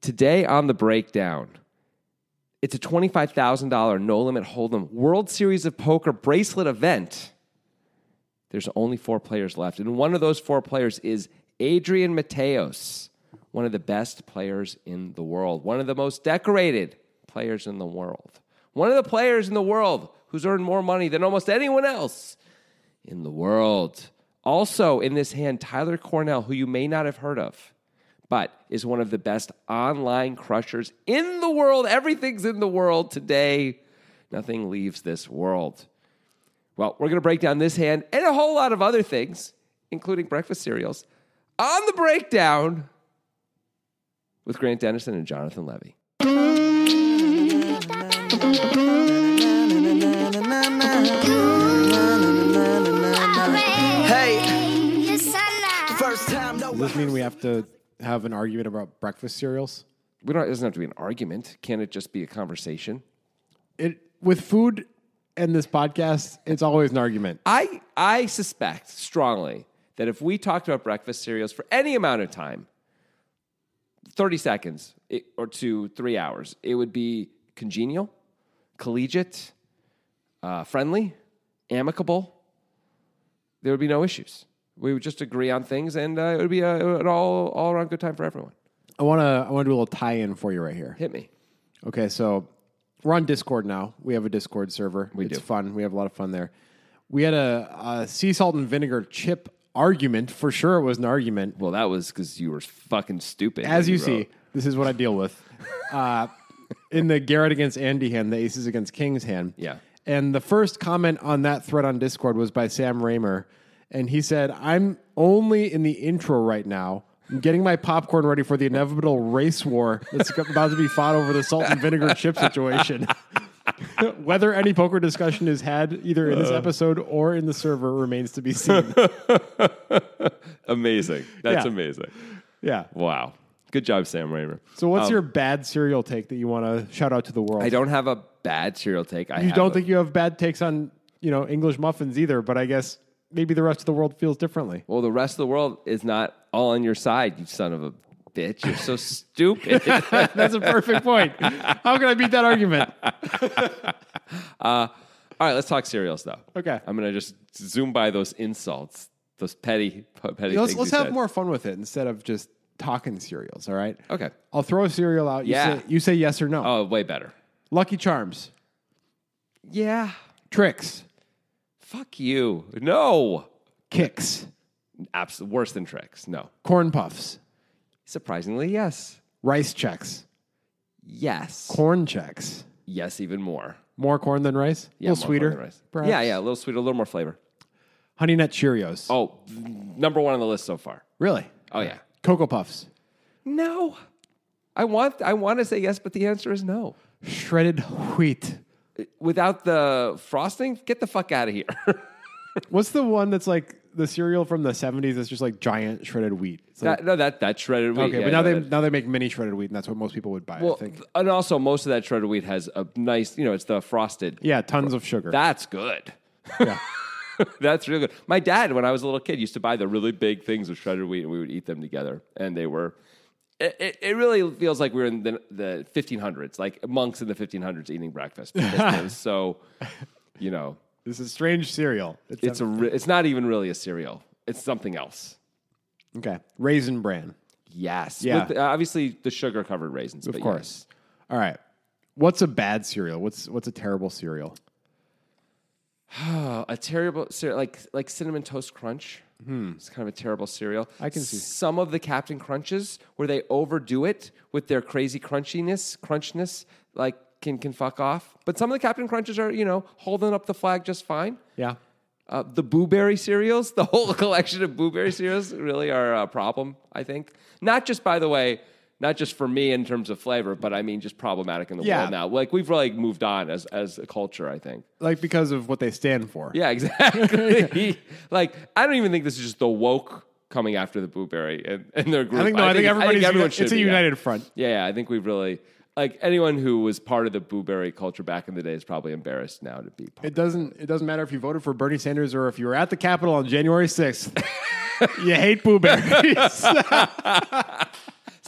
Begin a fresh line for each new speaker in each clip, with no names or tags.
Today on the breakdown, it's a $25,000 no limit hold'em World Series of Poker bracelet event. There's only four players left. And one of those four players is Adrian Mateos, one of the best players in the world, one of the most decorated players in the world, one of the players in the world who's earned more money than almost anyone else in the world. Also in this hand, Tyler Cornell, who you may not have heard of, but is one of the best online crushers in the world. Everything's in the world today. Nothing leaves this world. Well, we're going to break down this hand and a whole lot of other things, including breakfast cereals, on the breakdown with Grant Dennison and Jonathan Levy.
Does this mean we have to have an argument about breakfast cereals?
We don't, it doesn't have to be an argument. Can it just be a conversation?
It with food and this podcast, it's always an argument.
I, I suspect strongly that if we talked about breakfast cereals for any amount of time, 30 seconds it- or to three hours, it would be congenial, collegiate, uh, friendly, amicable. There would be no issues. We would just agree on things, and uh, it would be a, an all, all around good time for everyone.
I want to I want to do a little tie-in for you right here.
Hit me.
Okay, so we're on Discord now. We have a Discord server. We it's
do.
fun. We have a lot of fun there. We had a, a sea salt and vinegar chip argument. For sure, it was an argument.
Well, that was because you were fucking stupid.
As
when
you
wrote.
see, this is what I deal with. Uh, in the Garrett against Andy hand, the aces against kings hand.
Yeah.
And the first comment on that thread on Discord was by Sam Raymer. And he said, I'm only in the intro right now. I'm getting my popcorn ready for the inevitable race war that's about to be fought over the salt and vinegar chip situation. Whether any poker discussion is had either
Uh.
in this episode or in the server remains to be seen.
amazing. That's
Yeah.
amazing.
yeah.
Wow. Good job, Sam Raymer. Um,
So, what's your bad cereal take that you want to shout out to the world?
I don't have a bad cereal take. I
You
have
don't
a-
think you have bad takes on you know English muffins either, but I guess maybe the rest of the world feels differently.
Well, the rest of the world is not all on your side, you son of a bitch. You're so stupid.
That's a perfect point. How can I beat that argument?
All right, let's talk cereals though.
Okay.
I'm gonna just zoom by those insults, those petty, petty.
Let's,
things
let's
you
have
said.
more fun with it instead of just talking cereals. All right.
Okay.
I'll throw a cereal out. You
Yeah.
Say, you say yes or no.
Oh, way better.
Lucky Charms.
Yeah.
Tricks.
Fuck you. No.
Kicks.
Abs- worse than tricks. No.
Corn puffs.
Surprisingly, yes.
Rice checks.
Yes.
Corn checks.
Yes, even more.
More corn than rice.
Yeah, more
a
corn
little sweeter.
than rice.
perhaps?
Yeah, yeah, a little sweeter, a little more flavor.
Honey Nut Cheerios.
Oh, number one on the list so far.
really?
Oh yeah.
Cocoa Puffs.
No. I want I want to say yes, but the answer is no.
Shredded wheat.
Without the frosting, get the fuck out of here.
What's the one that's like the cereal from the seventies that's just like giant shredded wheat? It's like-
that, no, that that shredded wheat.
okay,
yeah,
but now
no,
they
that-
now they make mini shredded wheat, and that's what most people would buy.
Well,
I think.
th- and also most of that shredded wheat has a nice, you know, it's the frosted.
Yeah, tons of sugar.
That's good.
Yeah.
That's real good. My dad, when I was a little kid, used to buy the really big things of shredded wheat, and we would eat them together. And they were, it, it, it really feels like we were in the, the 1500s, like monks in the 1500s eating breakfast. Because it was so, you know,
this is strange cereal. It's,
it's a, re- it's not even really a cereal. It's something else.
okay. Raisin bran,
Yes.
Yeah.
With, uh, obviously, the sugar covered raisins.
of course. All right. What's a bad cereal? What's what's a terrible cereal?
Uh, a terrible cereal, like like cinnamon toast crunch. It's kind of a terrible cereal. I
Hmm. can see.
some of the Captain Crunches where they overdo it with their crazy crunchiness, crunchness, like can can fuck off. But some of the Captain Crunches are you know holding up the flag just fine.
Yeah.
Uh, the blueberry cereals, the whole collection of blueberry cereals, really are a problem. I think not just by the way. Not just for me in terms of flavor, but I mean just problematic in the
Yeah.
world now. Like we've really moved on as as a culture, I think.
Like because of what they stand for.
Yeah, exactly. like, I don't even think this is just the woke coming after the blueberry and, and their group.
I think no. I, think, everybody's.
everyone
uni-
should
it's a
be, yeah.
united front.
Yeah. yeah, I think we've really like anyone who was part of the blueberry culture back in the day is probably embarrassed now to be part.
It doesn't. It doesn't matter if you voted for Bernie Sanders or if you were at the Capitol on January sixth. you hate blueberries.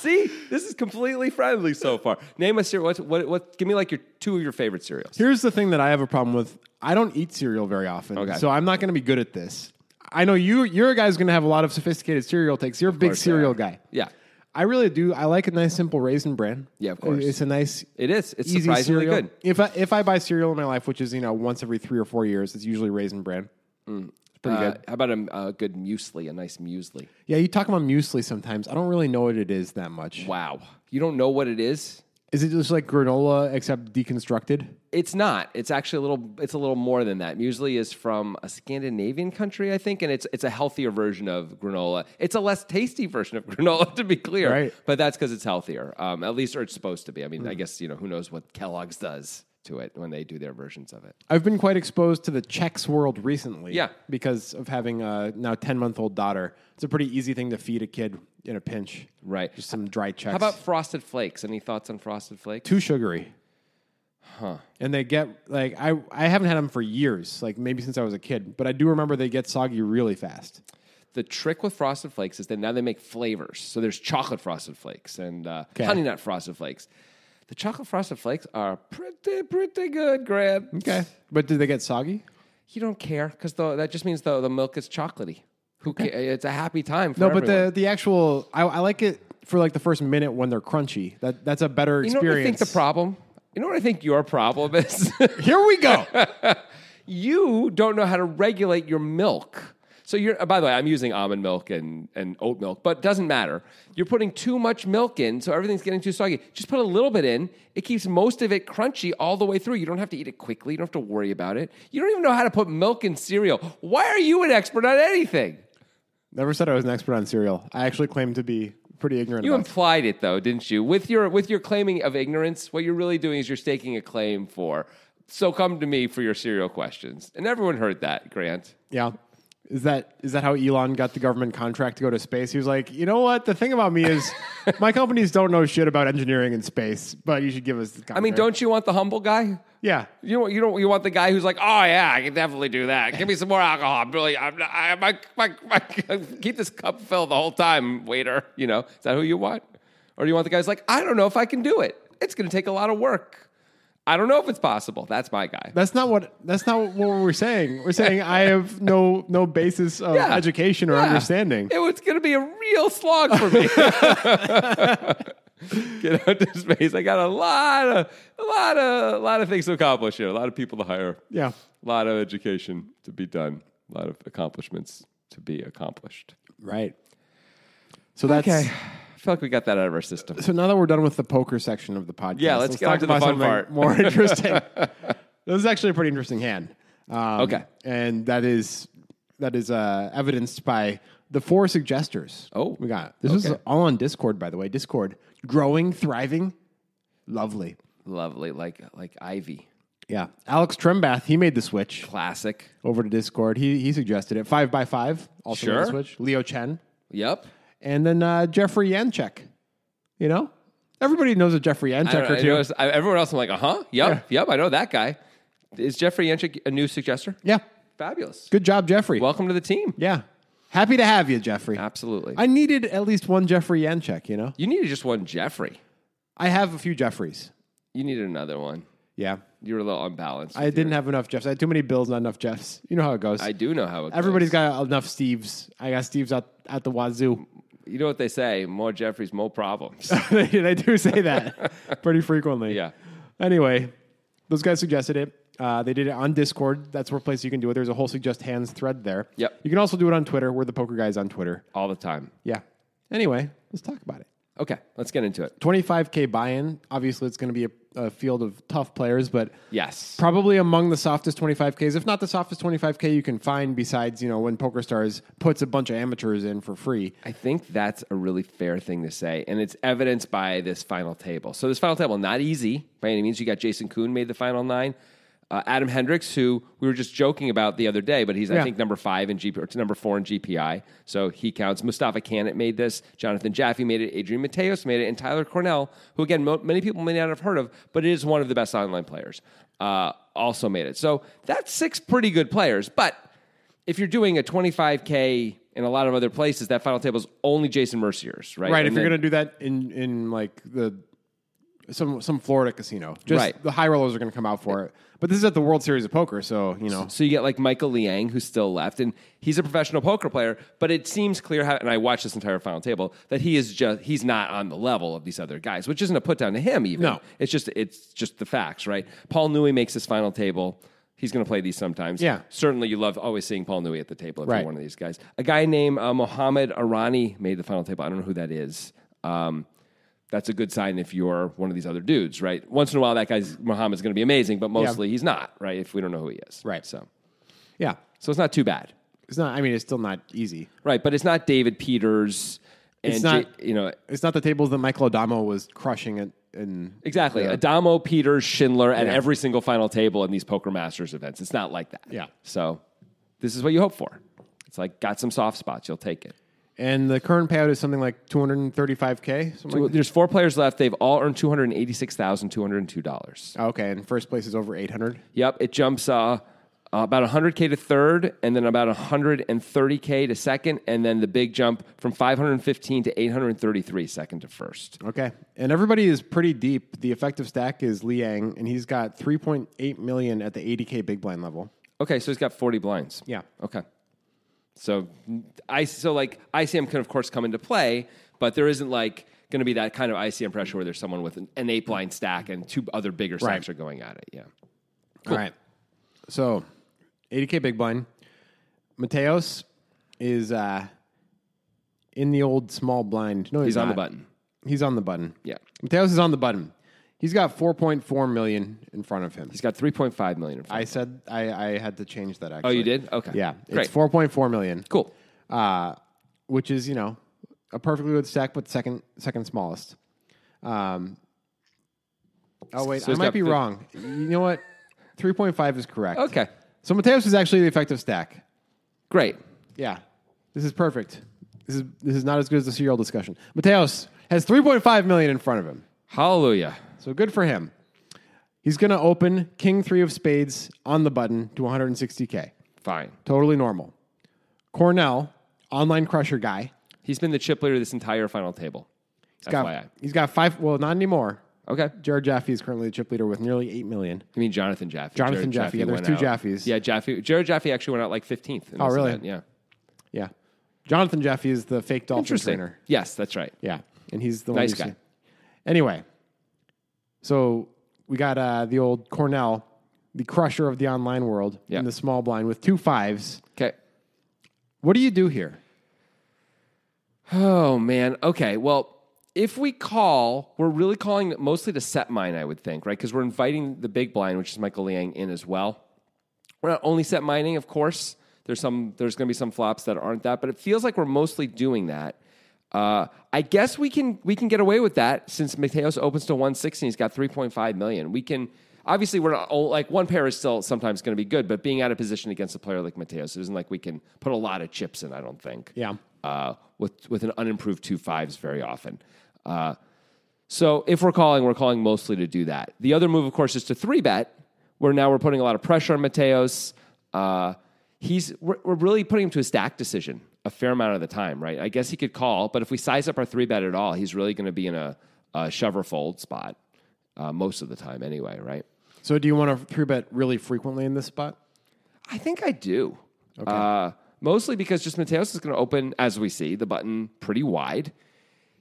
See, this is completely friendly so far. Name a cereal. What, what, what, give me like your two of your favorite cereals.
Here's the thing that I have a problem with. I don't eat cereal very often,
Okay.
so I'm not going to be good at this. I know you. You're a guy's going to have a lot of sophisticated cereal takes. You're a big
course I
cereal
am.
guy.
Yeah.
I really do. I like a nice simple raisin bran.
Yeah, of course.
It's a nice,
It is. It's
easy
surprisingly
cereal.
good.
If I if I buy cereal in my life, which is you know once every three or four years, it's usually raisin bran. It's pretty
Uh,
good.
how about a, a good muesli, a nice muesli?
Yeah, you talk about muesli sometimes. I don't really know what it is that much.
Wow. You don't know what it is?
Is it just like granola except deconstructed?
It's not. It's actually a little. It's a little more than that. Muesli is from a Scandinavian country, I think, and it's it's a healthier version of granola. It's a less tasty version of granola, to be clear.
Right. Hmm.
But that's because it's healthier. Um, at least, or it's supposed to be. I mean, I guess you know who knows what Kellogg's does to it when they do their versions of it.
I've been quite exposed to the Chex world recently.
Yeah.
Because of having a now 10 month old daughter. It's a pretty easy thing to feed a kid in a pinch.
Right.
Just some dry Chex.
How about Frosted Flakes? Any thoughts on Frosted Flakes?
too sugary? Huh. And they get like, I, I haven't had them for years, like maybe since I was a kid, but I do remember they get soggy really fast.
The trick with Frosted Flakes is that now they make flavors. So there's chocolate Frosted Flakes and uh,
'Kay.
honey nut Frosted Flakes. The chocolate Frosted Flakes are pretty, pretty good, Grant.
Okay. But do they get soggy?
You don't care because that just means the, the milk is chocolatey. Who ca- It's a happy time for
No, but
everyone.
the, the actual, I, I like it for like the first minute when they're crunchy. That, that's a better
You know
experience.
what I think the problem? You know what I think your problem is?
Here we go.
you don't know how to regulate your milk. So you're. uh, By the way, I'm using almond milk and, and oat milk, but doesn't matter. You're putting too much milk in, so everything's getting too soggy. Just put a little bit in. It keeps most of it crunchy all the way through. You don't have to eat it quickly. You don't have to worry about it. You don't even know how to put milk in cereal. Why are you an expert on anything?
Never said I was an expert on cereal. I actually claim to be pretty ignorant
You
about
implied it though, didn't you? With your with your claiming of ignorance, what you're really doing is you're staking a claim for. So come to me for your cereal questions, and everyone heard that, Grant.
Yeah. Is that is that how Elon got the government contract to go to space? He was like, you know what? The thing about me is my companies don't know shit about engineering in space, but you should give us the contract.
I mean, don't you want the humble guy?
Yeah.
You don't, you don't you want the guy who's like, oh yeah, I can definitely do that. Give me some more alcohol. I'm really, I'm, not- I, my, my, my, keep this cup filled the whole time, waiter. You know, is that who you want, or do you want the guy who's like, I don't know if I can do it. It's going to take a lot of work. I don't know if it's possible. That's my guy.
That's not what that's not what we're saying. We're saying I have no no basis of
Yeah.
education or
Yeah.
understanding.
It was going to be a real slog for me. Get out to space. I got a lot of, a lot of, a lot of things to accomplish here. A lot of people to hire.
Yeah.
A lot of education to be done. A lot of accomplishments to be accomplished.
Right. So that's
I feel like we got that out of our system.
so now that we're done with the poker section of the podcast.
Yeah, let's get on
talk
to the
about
fun
something
part.
More interesting. this is actually a pretty interesting hand. Um,
Okay.
and that is that is uh, evidenced by the four suggestors.
Oh,
we got this is
okay.
all on Discord, by the way. Discord growing, thriving, lovely.
Lovely, like like Ivy,
Yeah, Alex Trembath he made the switch
classic.
over to Discord. He he suggested it. Five by five also made the
Sure.
switch. Leo Chen
Yep.
and then uh, Jeffrey Yanchek. You know, everybody knows a Jeffrey
I don't
Yanchek
know,
or
I
two.
noticed- I- everyone else, I'm like, uh huh. Yep. Yep. I know that guy. Is Jeffrey Yenchik a new suggester?
yeah,
Fabulous.
good job, Jeffrey.
Welcome to the team.
yeah, happy to have you, Jeffrey.
Absolutely.
I needed at least one Jeffrey Yanchek. You know.
you needed just one Jeffrey.
I have a few Jeffreys.
You needed another one.
Yeah.
You were a little unbalanced.
I didn't have enough Jeffs. I had too many Bills, not enough Jeffs. You know how it goes.
I do know how it
Everybody's
goes.
got enough Steves. I got Steves out at the wazoo.
You know what they say: more Jeffries, more problems.
they, they do say that pretty frequently.
Yeah.
Anyway, those guys suggested it. Uh, they did it on Discord. That's where place you can do it. There's a whole suggest hands thread there.
Yep.
You can also do it on Twitter. We're the poker guys on Twitter.
All the time.
Yeah. Anyway, let's talk about it.
Okay, let's get into it.
25K buy in. Obviously, it's going to be a, a field of tough players, but
Yes.
probably among the softest 25ks if not the softest 25k you can find besides you know when pokerstars puts a bunch of amateurs in for free
I think that's a really fair thing to say, and it's evidenced by this final table. So this final table, not easy by any means. You got Jason Kuhn made the final nine. Uh, Adam Hendricks, who we were just joking about the other day, but he's
Yeah.
I think number five in GP or it's number four in GPI, so he counts. Mustafa Kanat made this. Jonathan Jaffe made it. Adrian Mateos made it, and Tyler Cornell, who again mo- many people may not have heard of, but is one of the best online players, uh, also made it. So that's six pretty good players, but if you're doing a 25k and a lot of other places, that final table is only Jason Mercier's, right? And
Right. if you're
then-
gonna do that in in like the some some Florida casino, just
Right.
the high rollers are gonna come out for it. But this is at the World Series of Poker, so you know.
So you get like Michael Liang, who's still left, and he's a professional poker player, but it seems clear how, and I watched this entire final table, that he is just, he's not on the level of these other guys, which isn't a put down to him even.
No.
It's just, it's just the facts, right? Paul Newey makes his final table. He's going to play these sometimes.
Yeah.
Certainly you love always seeing Paul Newey at the table if
Right.
you're one of these guys. A guy named uh, Mohammed Arani made the final table. I don't know who that is. Um, that's a good sign if you're one of these other dudes, right? Once in a while, that guy's Mohammed's going to be amazing, but mostly he's not, right? If we don't know who he is,
Right.
So,
Yeah.
so it's not too bad,
It's not I mean it's still not easy.
right? But it's not David Peters, and
It's not-
J- you know
It's not the tables that Michael Adamo was crushing it in
exactly Adamo, Peters, Schindler, and every single final table in these Poker Masters events. It's not like that.
Yeah.
So, this is what you hope for. It's like got some soft spots, you'll take it.
And the current payout is something like 235k. Something
Well,
like
There's four players left. They've all earned two hundred eighty-six thousand two hundred two dollars.
that. Oh, Okay, and first place is over 800.
Yep, it jumps uh, uh, about 100k to third, and then about 130k to second, and then the big jump from 515 to 833 second to first.
Okay, and everybody is pretty deep. The effective stack is Liang, and he's got 3.8 million at the 80k big blind level.
Okay, so he's got 40 blinds.
Yeah.
Okay. So I so like ICM can of course come into play, but there isn't like going to be that kind of ICM pressure where there's someone with an, an eight blind stack and two other bigger stacks
Right.
are going at it. Yeah.
All right, so 80k big blind. Mateos is uh, in the old small blind. No, he's,
He's on the
not.
button.
He's on the button.
Yeah.
Mateos is on the button. He's got 4.4 million in front of him.
He's got 3.5 million. In front.
I said I, I had to change that. Actually.
oh, you did? Okay.
Yeah,
Great.
it's 4.4 million.
cool.
uh, which is you know a perfectly good stack, but second second smallest. Um, oh wait,
So
I
it's
might
got
be
fif-
wrong. You know what? Three point five is correct.
Okay.
So Mateos is actually the effective stack.
Great.
Yeah, this is perfect. This is this is not as good as the serial discussion. Mateos has three point five million in front of him,
Hallelujah.
so good for him. He's going to open King three of spades on the button to 160k.
Fine.
Totally normal. Cornell, online crusher guy.
He's been the chip leader this entire final table.
He's got-
FYI.
he's got five. Well, not anymore.
Okay.
Jared Jaffe is currently the chip leader with nearly eight million.
You mean Jonathan Jaffe?
Jonathan Jaffe, yeah, there's
went
two
out.
Jaffes.
Yeah, Jaffe. Jared Jaffe actually went out like 15th. in
Oh,
this
really?
event, Yeah.
Yeah, Jonathan Jaffe is the fake dolphin
Interesting.
trainer.
Yes, that's right.
Yeah, and he's the
Nice
one
guy.
who's- Anyway, so we got uh, the old Cornell, the crusher of the online world
Yeah.
in the small blind with two fives.
Okay.
What do you do here?
Oh man. Okay. Well, if we call, we're really calling mostly to set mine, I would think, right? Because we're inviting the big blind, which is Michael Liang, in as well. We're not only set mining, of course. There's some. There's going to be some flops that aren't that, but it feels like we're mostly doing that. Uh, I guess we can we can get away with that since Mateos opens to 160. He's got 3.5 million. We can obviously we're not, oh, like one pair is still sometimes going to be good, but being out of position against a player like Mateos, it isn't like we can put a lot of chips in. I don't think.
Yeah.
Uh, with with an unimproved two fives very often. Uh, so if we're calling, we're calling mostly to do that. The other move, of course, is to three bet, where now we're putting a lot of pressure on Mateos. Uh, he's we're, we're really putting him to a stack decision a fair amount of the time, right? I guess he could call, but if we size up our three bet at all, he's really going to be in a, a shove or fold spot uh, most of the time, anyway, right?
So do you want to three bet really frequently in this spot?
I think I do. Uh, mostly because just Mateos is going to open, as we see, the button pretty wide.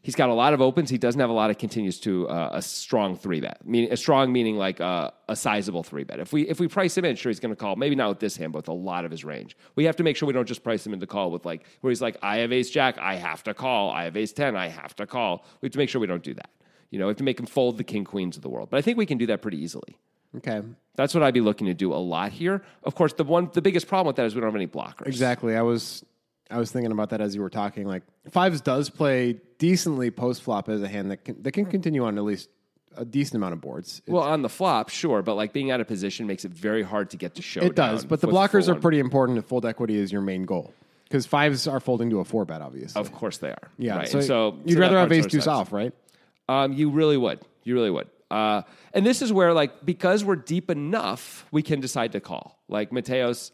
He's got a lot of opens. He doesn't have a lot of continues to uh, a strong three bet. Meaning a strong meaning like uh, a sizable three bet. If we if we price him in, sure he's going to call. Maybe not with this hand, but with a lot of his range. We have to make sure we don't just price him into call with like where he's like I have ace jack, I have to call. I have ace ten, I have to call. We have to make sure we don't do that. You know, we have to make him fold the king queens of the world. But I think we can do that pretty easily.
Okay,
That's what I'd be looking to do a lot here. Of course, the one the biggest problem with that is we don't have any blockers.
Exactly. I was I was thinking about that as you were talking. Like fives does play decently post flop as a hand that can that can continue on at least a decent amount of boards. It,
Well, on the flop, sure, but like being out of position makes it very hard to get to show.
it does, but the blockers are pretty important if fold equity is your main goal. Because fives are folding to a four bet, obviously.
Of course they are.
yeah.
Right.
So,
And so so
you'd
that
rather have
part's
ace deuce
ours.
off, right?
Um, you really would. You really would. Uh, and this is where, like, because we're deep enough, we can decide to call. Like Mateos,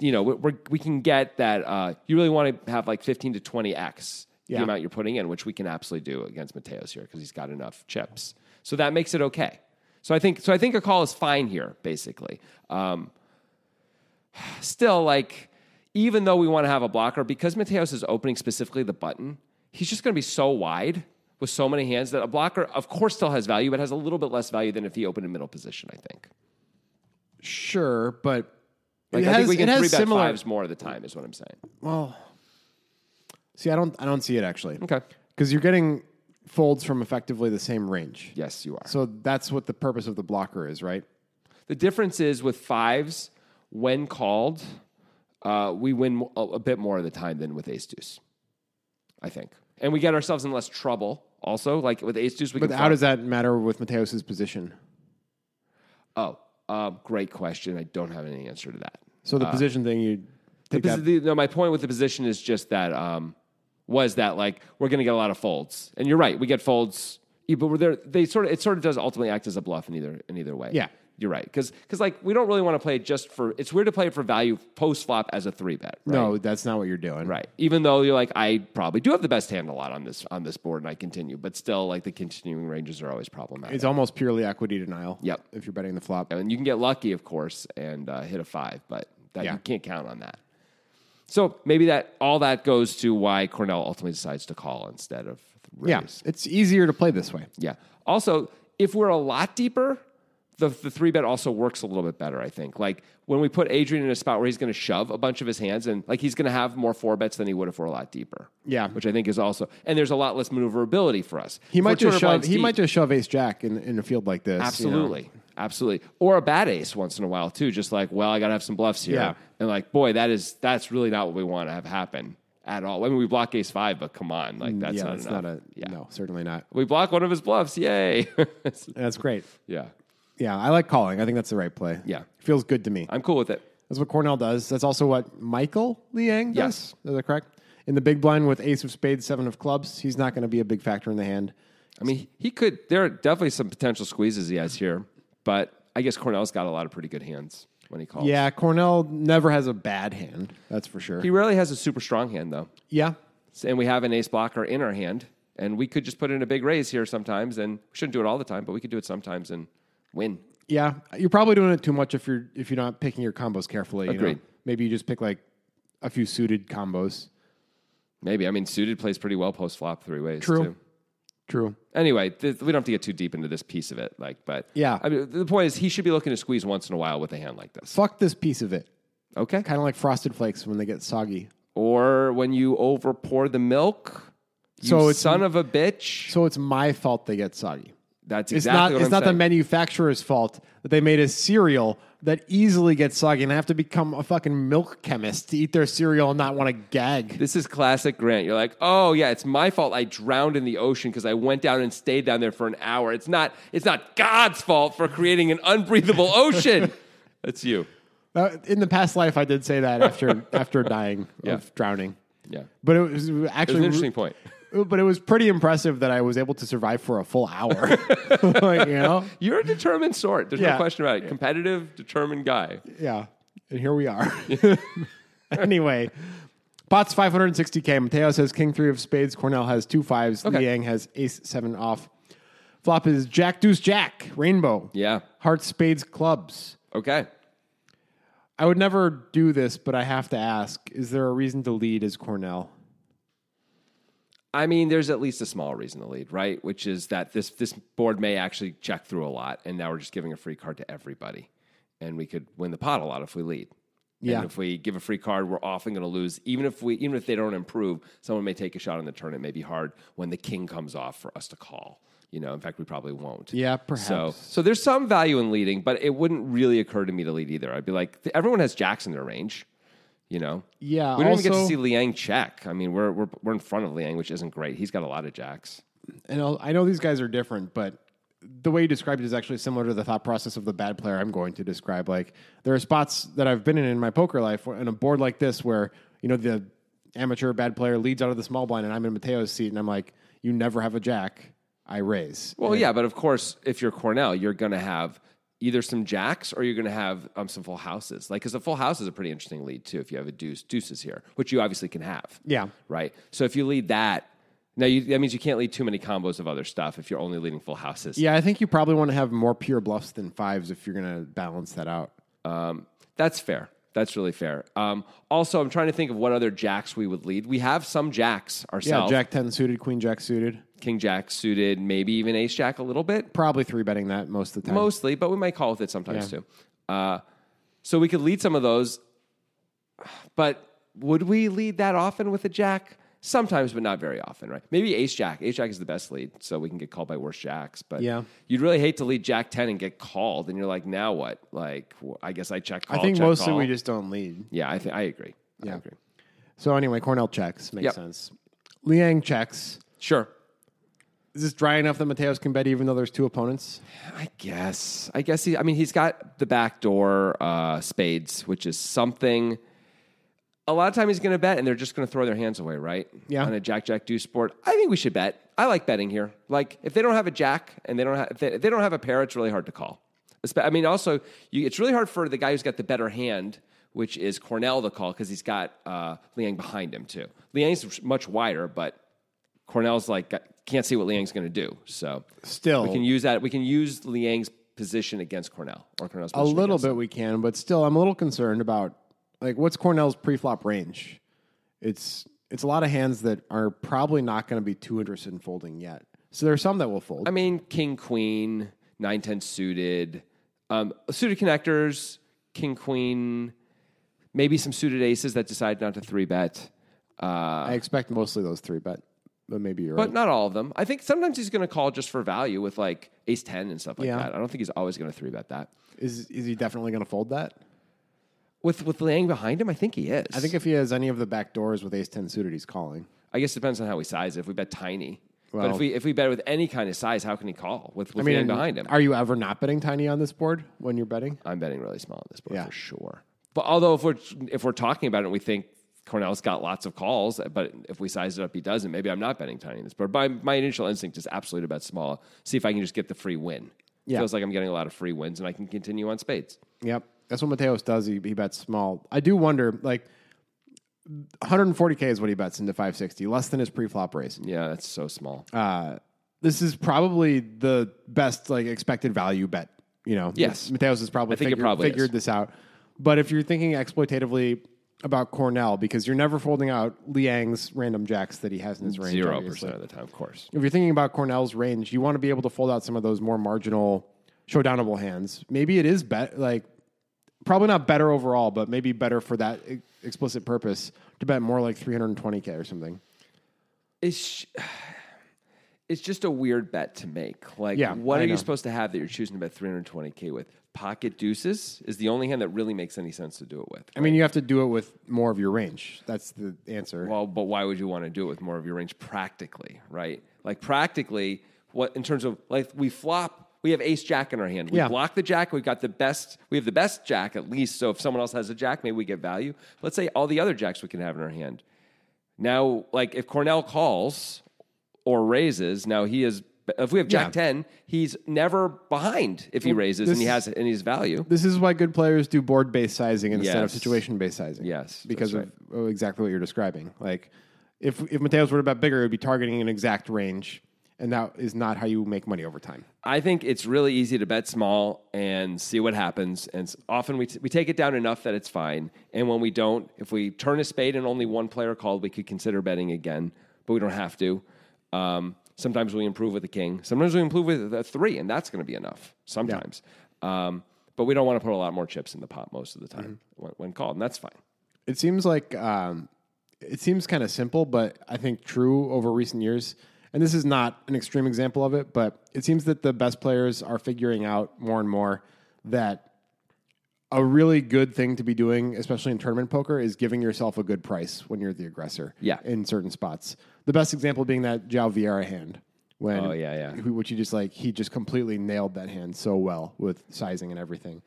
you know, we're, we can get that. Uh, you really want to have like 15 to 20 X the
Yeah.
amount you're putting in, which we can absolutely do against Mateos here because he's got enough chips. So that makes it okay. So I think so. I think a call is fine here, basically. Um, still, like, even though we want to have a blocker, because Mateos is opening specifically the button, he's just going to be so wide with so many hands that a blocker, of course, still has value, but has a little bit less value than if he opened in middle position. I think.
Sure, but
Like,
it
I
has,
think we
it
can
has
three bet
similar.
fives more of the time, is what I'm saying.
Well, see, I don't, I don't see it actually.
Okay.
because you're getting folds from effectively the same range.
Yes, you are.
So that's what the purpose of the blocker is, right?
The difference is with fives, when called, uh, we win mo- a, a bit more of the time than with ace deuce, I think. And we get ourselves in less trouble also. Like with ace deuce, we
But
can.
how
fold-
does that matter with Mateos' position?
oh, um, great question. I don't have any answer to that.
So the position thing, you take
This
that.
is the, no, my point with the position is just that um, was that like we're going to get a lot of folds, and you're right, we get folds, yeah, but we're there. They sort of it sort of does ultimately act as a bluff in either in either way.
Yeah.
you're right because like we don't really want to play it just for it's weird to play it for value post flop as a three bet. Right?
No, that's not what you're doing.
Right. Even though you're like, I probably do have the best hand a lot on this on this board, and I continue, but still, like the continuing ranges are always problematic.
It's almost purely equity denial.
Yep.
If you're betting the flop.
and you can get lucky, of course, and uh, hit a five, but that,
Yeah.
you can't count on that. So maybe that all that goes to why Cornell ultimately decides to call instead of
Yeah,
raise.
it's easier to play this way.
Yeah. Also, if we're a lot deeper, the, the three bet also works a little bit better, I think. Like when we put Adrian in a spot where he's going to shove a bunch of his hands and like he's going to have more four bets than he would if we're a lot deeper.
Yeah.
Which I think is also, and there's a lot less maneuverability for us.
He
If we're
might just
200
shove.
blinds
He
deep-
might just shove ace jack in, in a field like this. you know?
Absolutely. Absolutely. Or a bad ace once in a while too, just like, well, I gotta have some bluffs here.
Yeah.
And like, boy, that is that's really not what we want to have happen at all. I mean we block ace five, but come on. Like that's
Mm, yeah,
not
that's
enough.
not a
yeah.
no. Certainly not.
We block one of his bluffs, yay.
That's great.
yeah.
Yeah, I like calling. I think that's the right play.
Yeah.
feels good to me.
I'm cool with it.
That's what Cornell does. That's also what Michael Liang
Yes.
does. Is that correct? In the big blind with ace of spades, seven of clubs, he's not going to be a big factor in the hand.
I mean, he could there are definitely some potential squeezes he has here, but I guess Cornell's got a lot of pretty good hands when he calls.
Yeah, Cornell never has a bad hand. That's for sure.
He rarely has a super strong hand though.
yeah.
and we have an ace blocker in our hand, and we could just put in a big raise here sometimes, and we shouldn't do it all the time, but we could do it sometimes and win.
Yeah. You're probably doing it too much if you're if you're not picking your combos carefully. you know?
Agreed.
Maybe you just pick like a few suited combos.
Maybe I mean suited plays pretty well post flop three ways.
True.
Too.
True.
Anyway, th- we don't have to get too deep into this piece of it, like, but
Yeah.
I mean, the point is he should be looking to squeeze once in a while with a hand like this.
Fuck this piece of it.
Okay,
Kind of like frosted flakes when they get soggy.
or when you over pour the milk, you
So it's-
son of a bitch.
So it's my fault they get soggy.
That's
It's
exactly
not.
what
It's
I'm
not the
saying.
manufacturer's fault that they made a cereal that easily gets soggy, and I have to become a fucking milk chemist to eat their cereal and not want to gag.
This is classic Grant. You're like, oh yeah, it's my fault. I drowned in the ocean because I went down and stayed down there for an hour. It's not. It's not God's fault for creating an unbreathable ocean. That's you.
Uh, in the past life, I did say that after after dying of drowning.
Yeah.
But it was actually uh,
It's an interesting point.
But it was pretty impressive that I was able to survive for a full hour. like, you know,
You're a determined sort. There's no
Yeah.
question about it. Competitive, determined guy.
yeah. And here we are. anyway, Pot's 560k. Mateos has king three of spades. Cornell has two fives.
Okay.
Liang has ace seven off. Flop is Jack Deuce Jack Rainbow.
Yeah.
Hearts spades clubs.
Okay.
I would never do this, but I have to ask: Is there a reason to lead as Cornell?
I mean, there's at least a small reason to lead, right? Which is that this this board may actually check through a lot, and now we're just giving a free card to everybody, and we could win the pot a lot if we lead.
Yeah.
And if we give a free card, we're often going to lose. Even if we, even if they don't improve, someone may take a shot on the turn. It may be hard when the king comes off for us to call. You know, in fact, we probably won't.
Yeah, perhaps.
So, so there's some value in leading, but it wouldn't really occur to me to lead either. I'd be like, th- everyone has jacks in their range. You know,
Yeah,
We don't even get to
also-
see Liang check. I mean, we're we're we're in front of Liang, which isn't great. He's got a lot of jacks.
And I'll, I know these guys are different, but the way you described it is actually similar to the thought process of the bad player I'm going to describe. Like there are spots that I've been in in my poker life, where- on a board like this, where you know the amateur bad player leads out of the small blind, and I'm in Mateo's seat, and I'm like, "You never have a jack." I raise.
Well, yeah, but of course, if you're Cornell, you're going to have either some jacks or you're going to have um, some full houses. Like, because a full house is a pretty interesting lead too. If you have a deuce, deuces here, which you obviously can have.
Yeah.
Right. So if you lead that, now you, that means you can't lead too many combos of other stuff if you're only leading full houses.
Yeah, I think you probably want to have more pure bluffs than fives if you're going to balance that out.
Um, that's fair. That's really fair. Um, also, I'm trying to think of what other jacks we would lead. We have some jacks
Yeah,
ourselves.
Jack 10 suited, Queen Jack suited.
King Jack suited, maybe even Ace Jack a little bit.
Probably three betting that most of the time.
mostly, but we might call with it sometimes too. Uh, so we could lead some of those, but would we lead that often with a jack? Sometimes, but not very often, right? Maybe ace jack. Ace jack is the best lead, so we can get called by worse jacks. But
Yeah.
you'd really hate to lead jack ten and get called, and you're like, now what? Like, wh- I guess I check. Call,
I think
check,
mostly
call.
we just don't lead.
Yeah, I think I agree. I
Yeah.
agree.
So anyway, Cornell checks. Makes
Yep.
sense. Liang checks.
Sure.
Is this dry enough that Mateos can bet even though there's two opponents?
I guess. I guess he. I mean, he's got the backdoor uh, spades, which is something. A lot of time he's going to bet, and they're just going to throw their hands away, right?
Yeah.
On a jack jack deuce board, I think we should bet. I like betting here. Like if they don't have a jack and they don't have if they, if they don't have a pair, it's really hard to call. Espe- I mean, also you, it's really hard for the guy who's got the better hand, which is Cornell, to call because he's got uh, Liang behind him too. Liang's much wider, but Cornell's like got- can't see what Liang's going to do. So
Still.
we can use that. We can use Liang's position against Cornell or Cornell's
A
position
little
against-
bit we can, but still I'm a little concerned about like what's Cornell's pre-flop range? It's it's a lot of hands that are probably not going to be too interested in folding yet. So there are some that will fold.
I mean, King Queen nine ten suited, um, suited connectors, King Queen, maybe some suited aces that decide not to three bet. Uh,
I expect mostly those three, but but maybe you're
but
right.
not all of them. I think sometimes he's going to call just for value with like ace 10 and stuff like
Yeah.
that. I don't think he's always going to three bet that.
Is is he definitely going to fold that?
With with Liang behind him, I think he is.
I think if he has any of the back doors with ace ten suited, he's calling.
I guess it depends on how we size it. If we bet tiny, but
Well-
if we if we bet with any kind of size, how can he call with with
I mean,
Liang behind him?
Are you ever not betting tiny on this board when you're betting?
I'm betting really small on this board
Yeah.
for sure. But although if we're if we're talking about it, and we think Cornell's got lots of calls, but if we size it up, he doesn't. Maybe I'm not betting tiny on this board. But my, my initial instinct is absolutely to bet small. See if I can just get the free win.
Yeah.
Feels like I'm getting a lot of free wins, and I can continue on spades.
Yep, that's what Mateos does. He, he bets small. I do wonder, like, 140k is what he bets into 560, less than his pre-flop raise.
Yeah, that's so small.
Ah, This is probably the best like expected value bet. You know,
Yes.
Mateos has probably,
think it
figured,
probably is.
figured this out. But if you're thinking exploitatively about Cornell, because you're never folding out Liang's random jacks that he has in his range,
Zero
obviously.
percent of the time, of course.
if you're thinking about Cornell's range, you want to be able to fold out some of those more marginal showdownable hands. Maybe it is bet like probably not better overall, but maybe better for that e- explicit purpose to bet more like 320k or something.
it's it's just a weird bet to make. Like,
Yeah,
what
I
are
know.
you supposed to have that you're choosing to bet 320k with? Pocket deuces is the only hand that really makes any sense to do it with.
I mean, you have to do it with more of your range. That's the answer.
Well, but why would you want to do it with more of your range practically, right? Like practically, what in terms of like we flop, we have ace jack in our hand. We
Yeah.
block the jack, we've got the best we have the best jack at least. So if someone else has a jack, maybe we get value. Let's say all the other jacks we can have in our hand. Now, like if Cornell calls or raises, now he is if we have jack
Yeah.
10, he's never behind if he raises and
this
he
is-
has and he's value.
this is why good players do board based sizing instead of
Yes.
situation based sizing.
Yes,
because
that's
of oh, exactly what you're describing. Like, if if Mateos were to bet bigger, it would be targeting an exact range, and that is not how you make money over time.
I think it's really easy to bet small and see what happens. And s- often we, t- we take it down enough that it's fine. And when we don't, if we turn a spade and only one player called, we could consider betting again, but we don't have to. Um, sometimes we improve with a king. Sometimes we improve with a three, and that's going to be enough sometimes. Um, but we don't want to put a lot more chips in the pot most of the time when, when called, and that's fine.
It seems like um, it seems kind of simple, but I think true over recent years. And this is not an extreme example of it, but it seems that the best players are figuring out more and more that a really good thing to be doing, especially in tournament poker, is giving yourself a good price when you're the aggressor.
Yeah.
in certain spots. The best example being that Jao Vieira hand. When
Oh, yeah, yeah.
who- Which he just like he just completely nailed that hand so well with sizing and everything.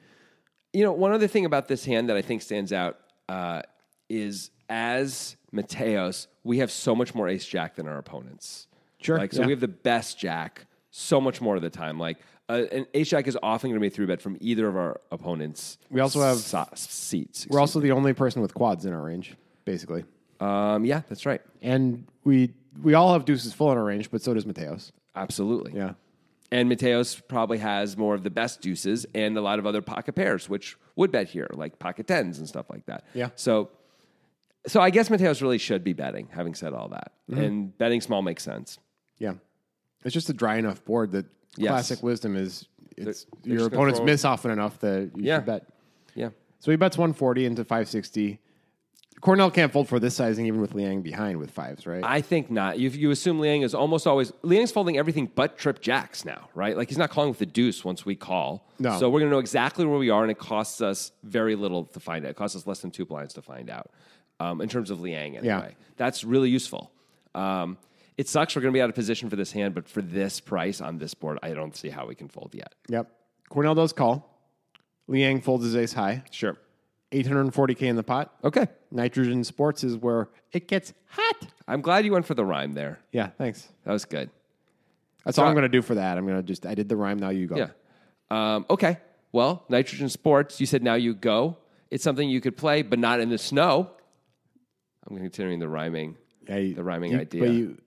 You know, one other thing about this hand that I think stands out uh, is as Mateos, we have so much more ace jack than our opponents.
Sure,
Like, so
yeah.
we have the best jack. so much more of the time. Like uh, an ace jack is often going to be a three bet from either of our opponents.
We also have-
so- seats.
We're also the only person with quads in our range, basically.
um, yeah, that's right.
And we we all have deuces full in our range, but so does Mateos.
Absolutely.
Yeah.
And Mateos probably has more of the best deuces and a lot of other pocket pairs, which would bet here, like pocket tens and stuff like that.
Yeah.
So, so I guess Mateos really should be betting. Having said all that,
Mm-hmm.
and betting small makes sense.
Yeah. It's just a dry enough board that
Yes.
classic wisdom is it's
They're- they're
your
just gonna
opponents
throw-
miss often enough that you
Yeah.
should bet.
Yeah.
So he bets 140 into 560. Cornell can't fold for this sizing even with Liang behind with fives, right?
I think not. You, you assume Liang is almost always Liang's folding everything but trip jacks now, right? Like he's not calling with the deuce once we call.
No.
So we're gonna know exactly where we are, and it costs us very little to find out. It costs us less than two blinds to find out. Um, in terms of Liang, anyway,
Yeah.
that's really useful. Um, it sucks we're gonna be out of position for this hand, but for this price on this board, I don't see how we can fold yet.
yep. Cornell does call. Liang folds his ace high.
Sure.
840K in the pot.
Okay.
Nitrogen sports is where it gets hot.
I'm glad you went for the rhyme there.
Yeah, thanks.
That was good.
That's all I'm
Right.
going to do for that. I'm going to just, I did the rhyme, now you go.
Yeah. Um, okay. Well, nitrogen sports. You said now you go. It's something you could play, but not in the snow. I'm continuing the rhyming.
I-
The rhyming
you-
idea.
But you,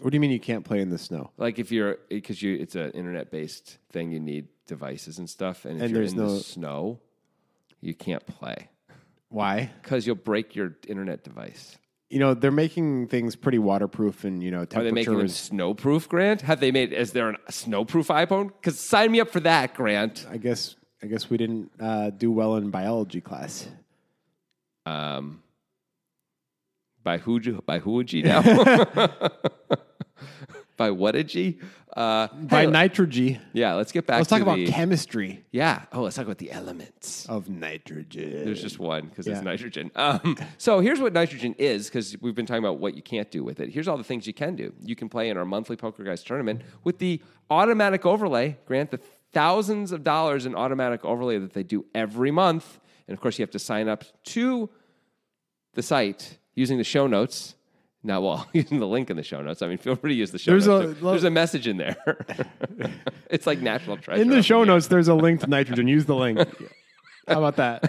what do you mean you can't play in the snow?
Like if you're because you, it's an internet-based thing. You need devices and stuff, and if
And
you're
there's
in
no-
the snow, you can't play
Why?
because you'll break your internet device.
You know, they're making things pretty waterproof and, you know,
Are they making
temperature
them
is,
snowproof, Grant? Have they made? Is there an- a snowproof iPhone? Because sign me up for that, Grant.
I guess, I guess we didn't uh, do well in biology class.
Um, by who? By who? Now? by what? Uh,
By
hey,
nitrogen.
yeah. Let's get back.
Let's talk
to
about
the-
chemistry
yeah. Oh, let's talk about the elements.
of nitrogen.
There's just one because
Yeah.
it's nitrogen. Um, so here's what nitrogen is because we've been talking about what you can't do with it. Here's all the things you can do. You can play in our monthly Poker Guys tournament with the automatic overlay, Grant, the thousands of dollars in automatic overlay that they do every month. And of course, you have to sign up to the site using the show notes. Now, well, using the link in the show notes. I mean, feel free to use the show
There's
notes.
a-
There's a message in there. it's like national treasure.
in the
up
show
here.
notes, there's a link to nitrogen. Use the link. How about that?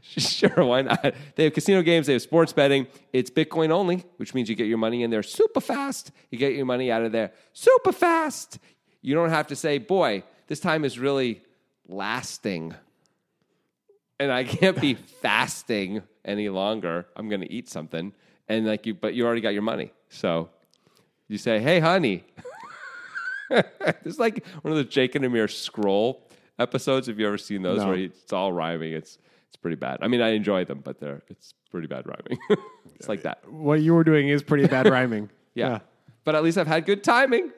Sure, why not? They have casino games, they have sports betting. It's Bitcoin only, which means you get your money in there super fast. You get your money out of there super fast. You don't have to say, boy, this time is really lasting. And I can't be fasting any longer. I'm going to eat something. And like you, but you already got your money. So you say, hey, honey. it's like one of the Jake and Amir scroll episodes. Have you ever seen those
No.
where he, it's all rhyming? It's it's pretty bad. I mean, I enjoy them, but they're it's pretty bad rhyming. it's like that.
What you were doing is pretty bad rhyming.
Yeah. But at least I've had good timing.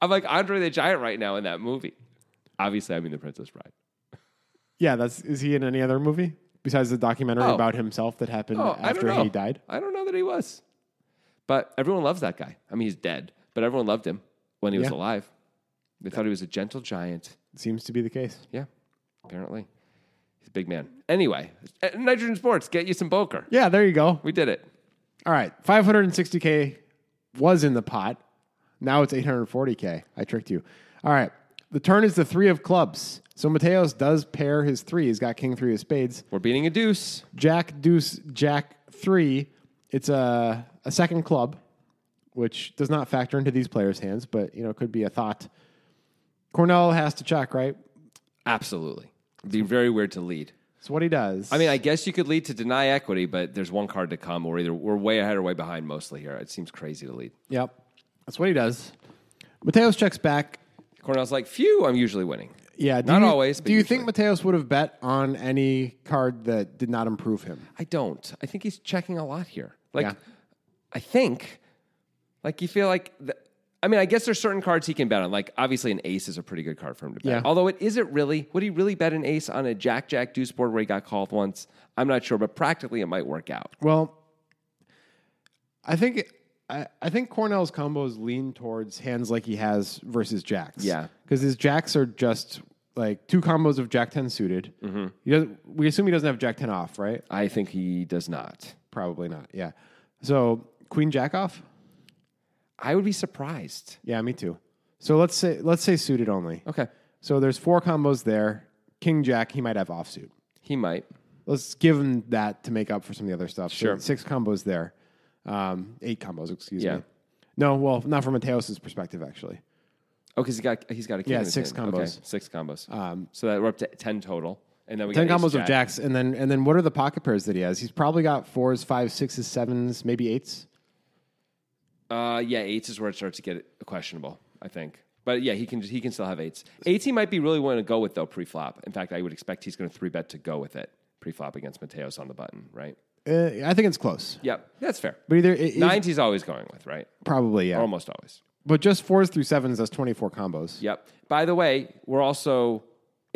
I'm like Andre the Giant right now in that movie. Obviously, I mean the Princess Bride.
Yeah, that's is he in any other movie besides the documentary
Oh.
about himself that happened
Oh, I don't
after
know.
he died?
I don't know that he was. But everyone loves that guy. I mean, he's dead, but everyone loved him when he was
Yeah.
alive. They thought he was a gentle giant.
Seems to be the case.
Yeah, apparently. He's a big man. Anyway, uh, Nitrogen Sports, get you some poker.
Yeah, there you go.
We did it.
All right, 560k was in the pot. Now it's 840k. I tricked you. All right, the turn is the three of clubs. So Mateos does pair his three. He's got king three of spades.
We're beating a deuce.
Jack Deuce Jack three. It's a a second club, which does not factor into these players' hands, but you know could be a thought. Cornell has to check, right?
Absolutely. It'd be very weird to lead.
It's what he does.
I mean, I guess you could lead to deny equity, but there's one card to come. We're either we're way ahead or way behind mostly here. It seems crazy to lead.
Yep. That's what he does. Mateos checks back.
Cornell's like, phew, I'm usually winning.
Yeah. do
Not
you-
always, but
Do you
usually.
think Mateos would have bet on any card that did not improve him?
I don't. I think he's checking a lot here. Like,
Yeah.
I think, like, you feel like, the, I mean, I guess there's certain cards he can bet on. Like, obviously, an ace is a pretty good card for him to bet.
Yeah.
Although, it isn't really. Would he really bet an ace on a jack jack deuce board where he got called once? I'm not sure, but practically it might work out.
Well, I think I, I think Cornell's combos lean towards hands like he has versus jacks.
Yeah.
because his jacks are just like two combos of jack ten suited. Mm-hmm. He doesn't, we assume he doesn't have jack ten off, right?
I think he does not.
Probably not. Yeah. So queen jack off.
I would be surprised.
Yeah, me too. So let's say let's say suited only.
Okay.
So there's four combos there. King Jack, he might have offsuit.
He might.
Let's give him that to make up for some of the other stuff. So
Sure.
six combos there. Um, eight combos, excuse
Yeah.
me. No, well, not from Mateos' perspective, actually.
Oh, because he got he's got a king.
Yeah,
in his
six
hand. Okay,
combos. Um,
six combos. so that we're up to ten total, and then we
Ten
got ace
combos of
jack.
jacks, and then and then what are the pocket pairs that he has? He's probably got fours, fives, sixes, sevens, maybe eights.
Uh, yeah, eights is where it starts to get questionable, I think. But yeah, he can he can still have eights. Eights he might be really willing to go with though pre-flop. In fact, I would expect he's going to three bet to go with it pre-flop against Mateos on the button, right?
Uh, I think it's close,
Yep, that's fair.
but either it,
Nines he's always going with, right?
probably yeah.
Almost always.
But just fours through sevens, that's twenty four combos.
Yep. By the way, we're also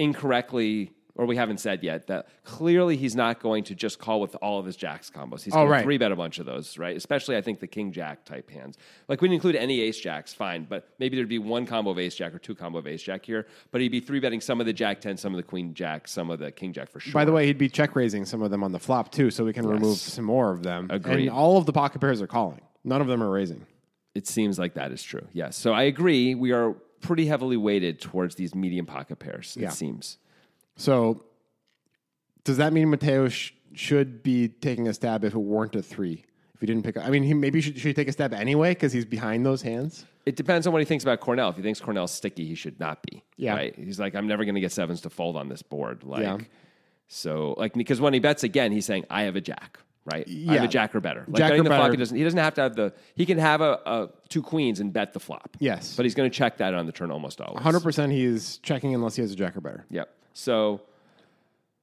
incorrectly, or we haven't said yet, that clearly he's not going to just call with all of his jacks combos. He's
Oh,
going
right.
to three bet a bunch of those, right? Especially, I think, the king jack type hands. Like, we didn't include any ace jacks, fine, but maybe there'd be one combo of ace jack or two combo of ace jack here, but he'd be three betting some of the jack 10, some of the queen jack, some of the king jack for sure.
By the way, he'd be check raising some of them on the flop too, so we can remove some more of them.
Agreed.
And all of the pocket pairs are calling. None of them are raising.
It seems like that is true. Yes. So I agree. We are pretty heavily weighted towards these medium pocket pairs,
Yeah.
it seems.
So does that mean Mateo sh- should be taking a stab if it weren't a three? If he didn't pick up, I mean, he maybe should, should he take a stab anyway because he's behind those hands.
It depends on what he thinks about Cornell. If he thinks Cornell's sticky, he should not be.
Yeah.
Right? He's like, I'm never going to get sevens to fold on this board. Like,
Yeah.
so, like, because when he bets again, he's saying, I have a jack, right? I have
Yeah.
a jack or better. Like,
Jack
betting
or
the flop,
better.
he doesn't, he doesn't have to have the, he can have a, a two queens and bet the flop.
Yes.
But he's going to check that on the turn almost always.
Hundred percent, he's checking unless he has a jack or better.
Yep. So,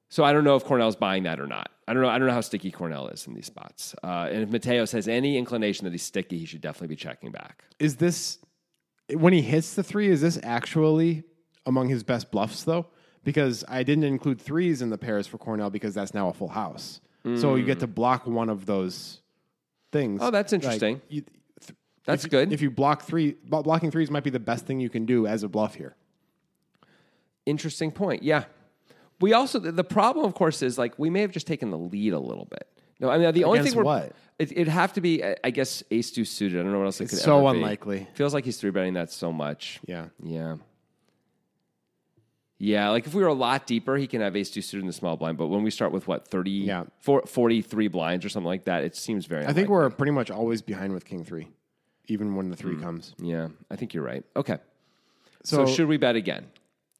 so I don't know if Cornell's buying that or not. I don't know. I don't know how sticky Cornell is in these spots. Uh, and if Mateos has any inclination that he's sticky, he should definitely be checking back.
Is this when he hits the three? Is this actually among his best bluffs though? Because I didn't include threes in the pairs for Cornell because that's now a full house. So you get to block one of those things.
Hmm. Oh, that's
Like,
interesting.
you- th-
That's
if-
good.
If you block three, blo- blocking threes might be the best thing you can do as a bluff here.
Interesting point. Yeah. We also the- the problem, of course, is like we may have just taken the lead a little bit. No, I mean the only
Against
thing we're
what?
It, it'd have to be, I- I guess, ace two suited. I don't know what else it could
so
ever be.
unlikely.
Feels like he's three betting that so much.
Yeah.
yeah, yeah. Like if we were a lot deeper, he can have ace two suited in the small blind. But when we start with what thirty,
Yeah.
four, 43 blinds or something like that, it seems very.
I think we're pretty much always behind with king three, even when the three comes.
yeah, I think you're right. Okay,
So,
Hmm. so should we bet again?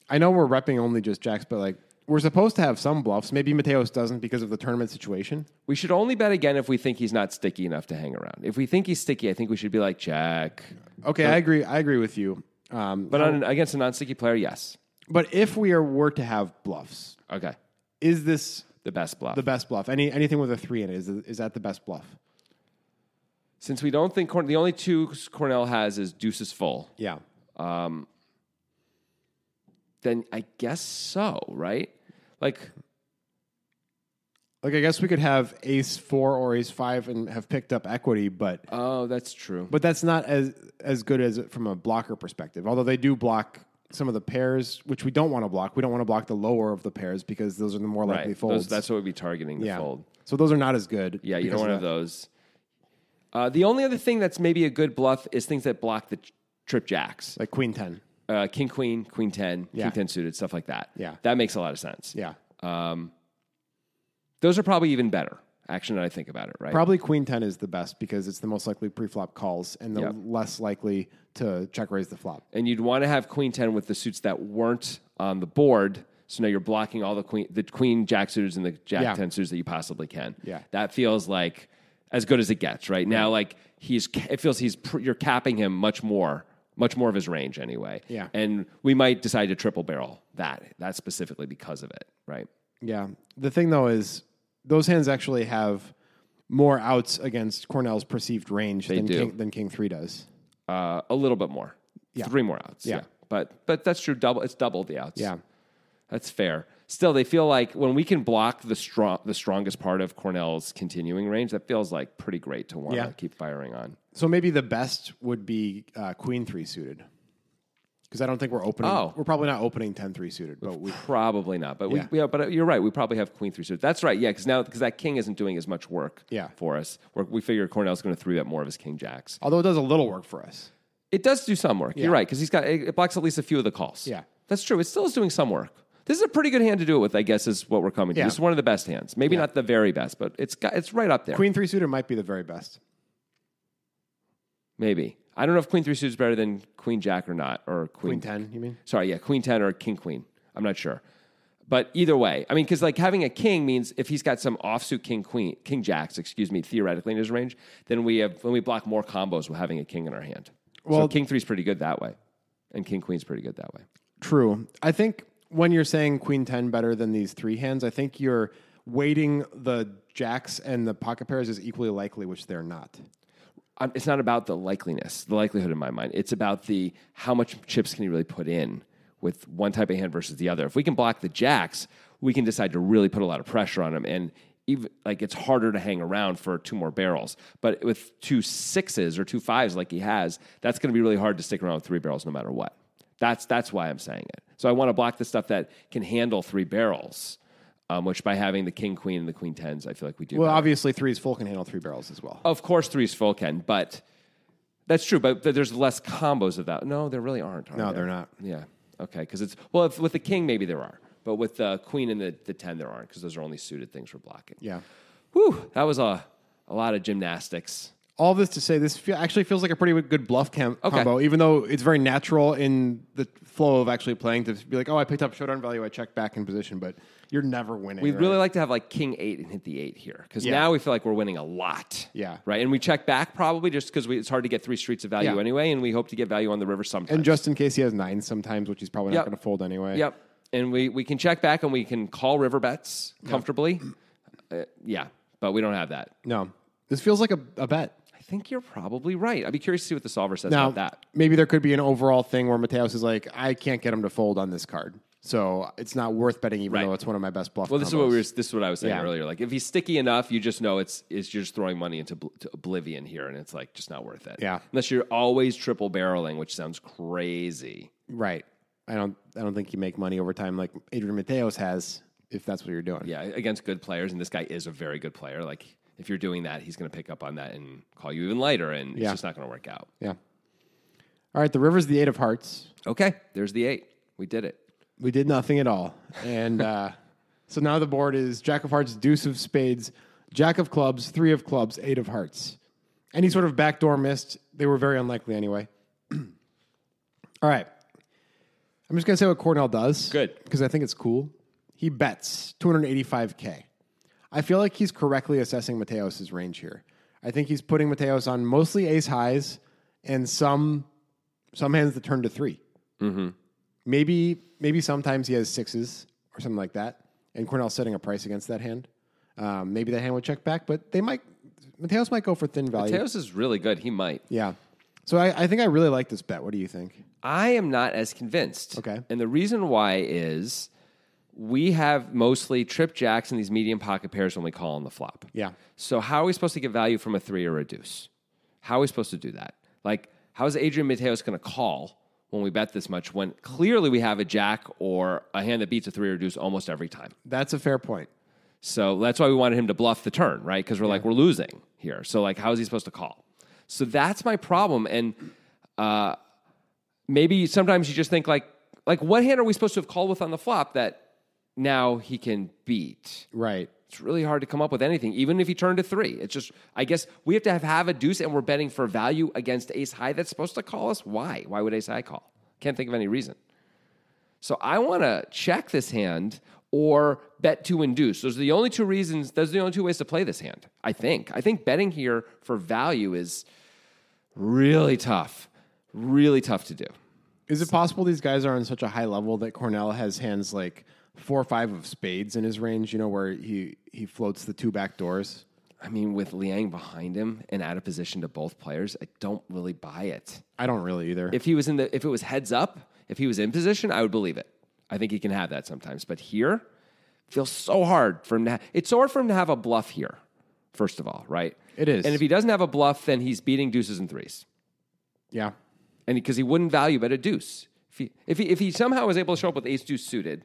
I know we're repping only just jacks, but like we're supposed to have some bluffs. Maybe Mateos doesn't because of the tournament situation.
We should only bet again if we think he's not sticky enough to hang around. If we think he's sticky, I think we should be like check.
Okay, I agree. I agree with you. Um,
But
but
on, against a non-sticky player, yes.
but if we are were to have bluffs,
Okay,
is this
the best bluff.
the best bluff? Any anything with a three in it is is that the best bluff?
Since we don't think Corn- the only two Cornell has is deuces full,
Yeah,
then I guess so, right? Like
like I guess we could have ace four or ace five and have picked up equity, but
oh, that's true.
but that's not as as good as from a blocker perspective. Although they do block some of the pairs, which we don't want to block. We don't want to block the lower of the pairs because those are the more likely
Right.
folds.
Those, that's what we'd be targeting the
yeah.
fold.
So those are not as good.
Yeah, you
because
don't want to
of
have
that.
those. Uh, the only other thing that's maybe a good bluff is things that block the ch- trip jacks.
like queen ten.
uh, king queen, queen ten,
Yeah.
king ten suited, stuff like that.
Yeah.
that makes a lot of sense.
Yeah,
those are probably even better. Actually, now that I think about it, right?
probably queen ten is the best because it's the most likely pre-flop calls and the
Yep.
less likely to check raise the flop.
and you'd want to have queen ten with the suits that weren't on the board. So now you're blocking all the queen, the queen jack suitors and the jack
Yeah.
ten suitors that you possibly can.
Yeah.
that feels like as good as it gets right now. Like he's, it feels he's pr- you're capping him much more, much more of his range anyway.
Yeah.
and we might decide to triple barrel that that specifically because of it, right?
Yeah. The thing though is those hands actually have more outs against Cornell's perceived range than
do.
king, than king three does.
uh, a little bit more. Three more outs. Yeah.
Yeah.
But but that's true. Double it's double the outs.
Yeah.
That's fair. Still, they feel like when we can block the strong the strongest part of Cornell's continuing range, that feels like pretty great to want to
Yeah.
keep firing on.
So maybe the best would be uh, queen three suited. Because I don't think we're opening.
Oh.
We're probably not opening 10 3 suited, but we.
Probably not. But
Yeah.
we yeah, but uh, you're right. We probably have queen three suited. That's right. Yeah, because now because that king isn't doing as much work
Yeah.
for us. We're, we figure Cornell's going to three bet more of his king jacks.
Although it does a little work for us.
It does do some work.
Yeah.
You're right because he's got it, it blocks at least a few of the calls.
Yeah.
that's true. It still is doing some work. This is a pretty good hand to do it with. I guess is what we're coming to.
Yeah.
This is one of the best hands. Maybe not the very best, but it's got, it's right up there.
Queen three suited might be the very best.
Maybe I don't know if Queen three suited is better than Queen Jack or not or Queen,
Queen ten, you mean?
Sorry, yeah, Queen ten or King Queen. I'm not sure, but either way, I mean, because like having a king means if he's got some offsuit King Queen King Jacks, excuse me, theoretically in his range, then we have when we block more combos with having a king in our hand.
Well-
so King three's pretty good that way, and King Queen's pretty good that way.
True. I think when you're saying queen 10 better than these three hands, I think you're weighting the jacks and the pocket pairs is equally likely, which they're not.
i it's not about the likeliness, the likelihood in my mind. It's about the how much chips can you really put in with one type of hand versus the other. If we can block the jacks, we can decide to really put a lot of pressure on them, and even like it's harder to hang around for two more barrels. But with two sixes or two fives like he has, that's going to be really hard to stick around with three barrels no matter what. That's that's why I'm saying it. So I want to block the stuff that can handle three barrels. Um, which by having the king queen and the queen tens, I feel like we do.
Well,
better.
obviously, threes full can handle three barrels as well.
Of course, three is full can, but that's true. But th- there's less combos of that. No, there really aren't. Are
No,
there?
they're not.
Yeah. Okay. Because it's well, if, with the king, maybe there are, but with the queen and the, the ten, there aren't because those are only suited things for blocking.
Yeah.
Whew. That was a a lot of gymnastics.
All this to say, this fe- actually feels like a pretty good bluff cam-
Okay.
combo, even though it's very natural in the flow of actually playing to be like, oh, I picked up showdown value, I checked back in position, but you're never winning.
We'd
right?
really like to have like king eight and hit the eight here because
Yeah.
now we feel like we're winning a lot.
Yeah.
Right. And we check back probably just because it's hard to get three streets of value
Yeah.
anyway, and we hope to get value on the river sometimes.
and just in case he has nines sometimes, which he's probably
Yep.
not going to fold anyway.
Yep. And we, we can check back and we can call river bets comfortably. Uh, yeah, but we don't have that.
No. This feels like a, a bet.
I think you're probably right. I'd be curious to see what the solver says
Now,
about that.
maybe there could be an overall thing where Mateos is like, I can't get him to fold on this card. So it's not worth betting, even
Right.
though it's one of my best bluff.
Well, this is what
combos.
we were, this is what I was saying
Yeah.
earlier. Like, if he's sticky enough, you just know it's, it's you're just throwing money into bl- to oblivion here, and it's like just not worth it.
Yeah.
unless you're always triple barreling, which sounds crazy.
right. I don't. I don't think you make money over time like Adrian Mateos has if that's what you're doing.
Yeah, against good players, and this guy is a very good player. Like, if you're doing that, he's going to pick up on that and call you even lighter, and
Yeah.
it's just not going to work out.
Yeah. All right. The river's the eight of hearts.
Okay, there's the eight. We did it.
We did nothing at all, and uh, so now the board is Jack of Hearts, Deuce of Spades, Jack of Clubs, Three of Clubs, Eight of Hearts. Any sort of backdoor missed, they were very unlikely anyway. all right, I'm just gonna say what Cornell does.
Good.
because I think it's cool. He bets 285k. I feel like he's correctly assessing Mateos' range here. I think he's putting Mateos on mostly ace highs and some some hands that turn to 3 Mm-hmm. Maybe maybe sometimes he has sixes or something like that, and Cornell's setting a price against that hand. Um, maybe that hand would check back, but they might Mateos might go for thin value.
Mateos is really good. He might.
Yeah. So I, I think I really like this bet. What do you think?
I am not as convinced.
Okay.
And the reason why is we have mostly trip jacks and these medium pocket pairs when we call on the flop.
Yeah.
So how are we supposed to get value from a three or a deuce? How are we supposed to do that? Like, how is Adrian Mateos going to call when we bet this much when clearly we have a jack or a hand that beats a three or a deuce almost every time?
That's a fair point.
So that's why we wanted him to bluff the turn, right? Because we're like, we're losing here. So like, how is he supposed to call? So that's my problem. And uh, maybe sometimes you just think like, like what hand are we supposed to have called with on the flop that now he can beat?
Right.
It's really hard to come up with anything, even if he turned to three. It's just, I guess we have to have, have a deuce and we're betting for value against ace high that's supposed to call us. Why? Why would ace high call? Can't think of any reason. So I want to check this hand or bet to induce. Those are the only two reasons, those are the only two ways to play this hand, I think. I think betting here for value is really tough, really tough to do.
Is it possible these guys are on such a high level that Cornell has hands like four or five of spades in his range, you know, where he, he floats the two back doors?
I mean, with Liang behind him and out of position to both players, I don't really buy it.
I don't really either.
If he was in the, if it was heads up, if he was in position, I would believe it. I think he can have that sometimes. But here, feels so hard for him to. Ha- it's so hard for him to have a bluff here. First of all, right?
It is.
And if he doesn't have a bluff, then he's beating deuces and threes,
yeah.
and because he wouldn't value bet a deuce. If he, if he if he somehow was able to show up with ace deuce suited,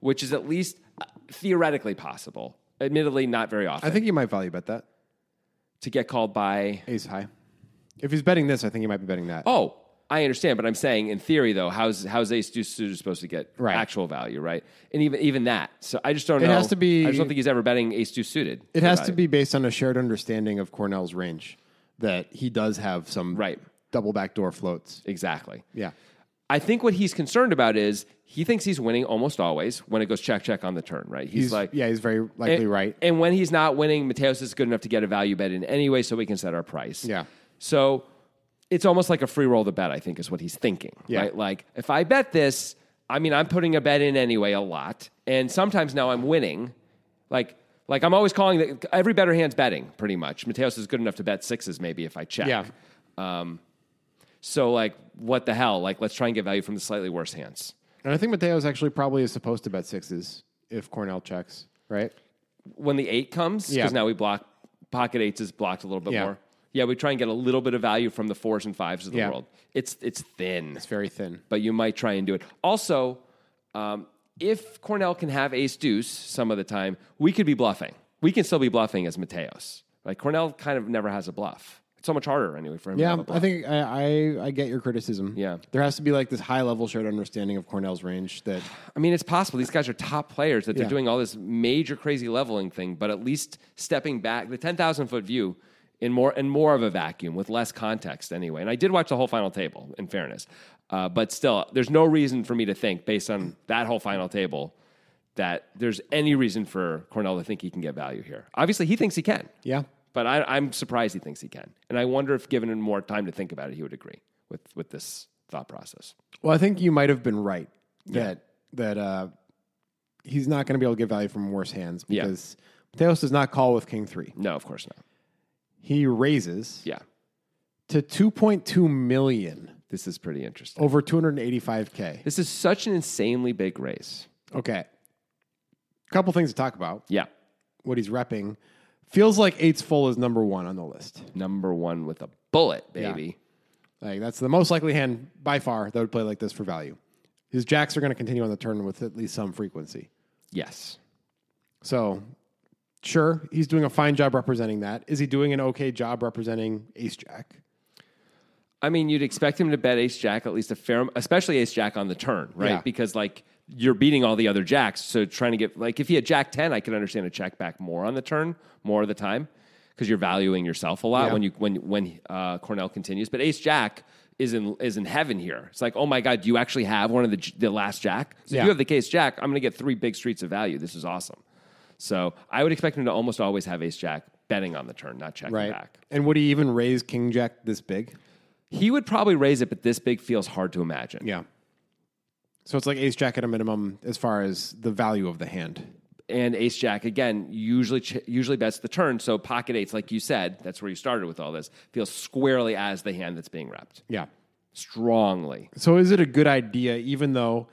which is at least uh, theoretically possible, admittedly not very often,
I think he might value bet that.
to get called by
Ace high. If he's betting this, I think he might be betting that.
Oh, I understand, but I'm saying in theory though, how's how's Ace Suter supposed to get
Right.
actual value, right? And even even that. So I just don't
It
know.
has to be-
I just don't think he's ever betting Ace Deuce suited.
It has to be based on a shared understanding of Cornell's range that he does have some
Right.
double backdoor floats.
exactly.
Yeah.
I think what he's concerned about is he thinks he's winning almost always when it goes check check on the turn, right? He's,
He's
like
yeah, he's very likely
and,
right.
And when he's not winning, Mateos is good enough to get a value bet in any way so we can set our price.
Yeah.
So it's almost like a free roll to bet, I think, is what he's thinking.
Yeah.
Right? Like, if I bet this, I mean, I'm putting a bet in anyway a lot. And sometimes now I'm winning. Like, like I'm always calling the, every better hand's betting pretty much. Mateos is good enough to bet sixes maybe if I check.
Yeah.
So like, what the hell? Like, let's try and get value from the slightly worse hands.
And I think Mateo's actually probably is supposed to bet sixes if Cornell checks, right?
when the eight comes,
Yeah.
because now we block pocket eights is blocked a little bit
Yeah.
more. Yeah, we try and get a little bit of value from the fours and fives of the
Yeah.
world. It's it's thin,
It's very thin.
but you might try and do it. Also, um, if Cornell can have ace deuce some of the time, we could be bluffing. We can still be bluffing as Mateos. Like Cornell kind of never has a bluff. It's so much harder anyway for him. to
Yeah,
have a bluff.
I think I, I, I get your criticism.
Yeah.
There has to be like this high level shared understanding of Cornell's range that
I mean, it's possible these guys are top players that they're
Yeah.
doing all this major crazy leveling thing, but at least stepping back the ten thousand foot view in more in more of a vacuum with less context anyway. And I did watch the whole final table. In fairness, uh, but still, there's no reason for me to think based on that whole final table that there's any reason for Cornell to think he can get value here. Obviously, he thinks he can.
Yeah.
but I, I'm surprised he thinks he can, and I wonder if given him more time to think about it, he would agree with with this thought process.
Well, I think you might have been right that that uh, he's not going to be able to get value from worse hands
Yeah.
because Mateos does not call with King three.
No, of course not.
He raises
Yeah,
to two point two million
this is pretty interesting.
over two hundred and eighty five k.
This is such an insanely big race.
Okay, couple things to talk about.
Yeah.
What he's repping feels like eight's full is number one on the list.
Number one with a bullet, baby.
Like that's the most likely hand by far that would play like this for value. His jacks are going to continue on the turn with at least some frequency.
Yes.
So, sure, he's doing a fine job representing that. Is he doing an okay job representing Ace Jack?
I mean, you'd expect him to bet ace jack at least a fair, especially ace jack on the turn, right?
Yeah.
Because like you're beating all the other jacks. So trying to get, like, if he had jack 10, I could understand a check back more on the turn, more of the time, because you're valuing yourself a lot
Yeah.
when you, when, when uh, Cornell continues. But ace jack is in, is in heaven here. It's like, oh my God, do you actually have one of the, j- the last jack? So if
Yeah.
you have the case jack, I'm going to get three big streets of value. This is awesome. So I would expect him to almost always have ace jack betting on the turn, not checking back.
And would he even raise King Jack this big?
He would probably raise it, but this big feels hard to imagine.
Yeah. So it's like Ace Jack at a minimum as far as the value of the hand.
and ace jack again usually ch- usually bets the turn so pocket eights like you said that's where you started with all this feels squarely as the hand that's being repped
Yeah.
strongly
So is it a good idea, even though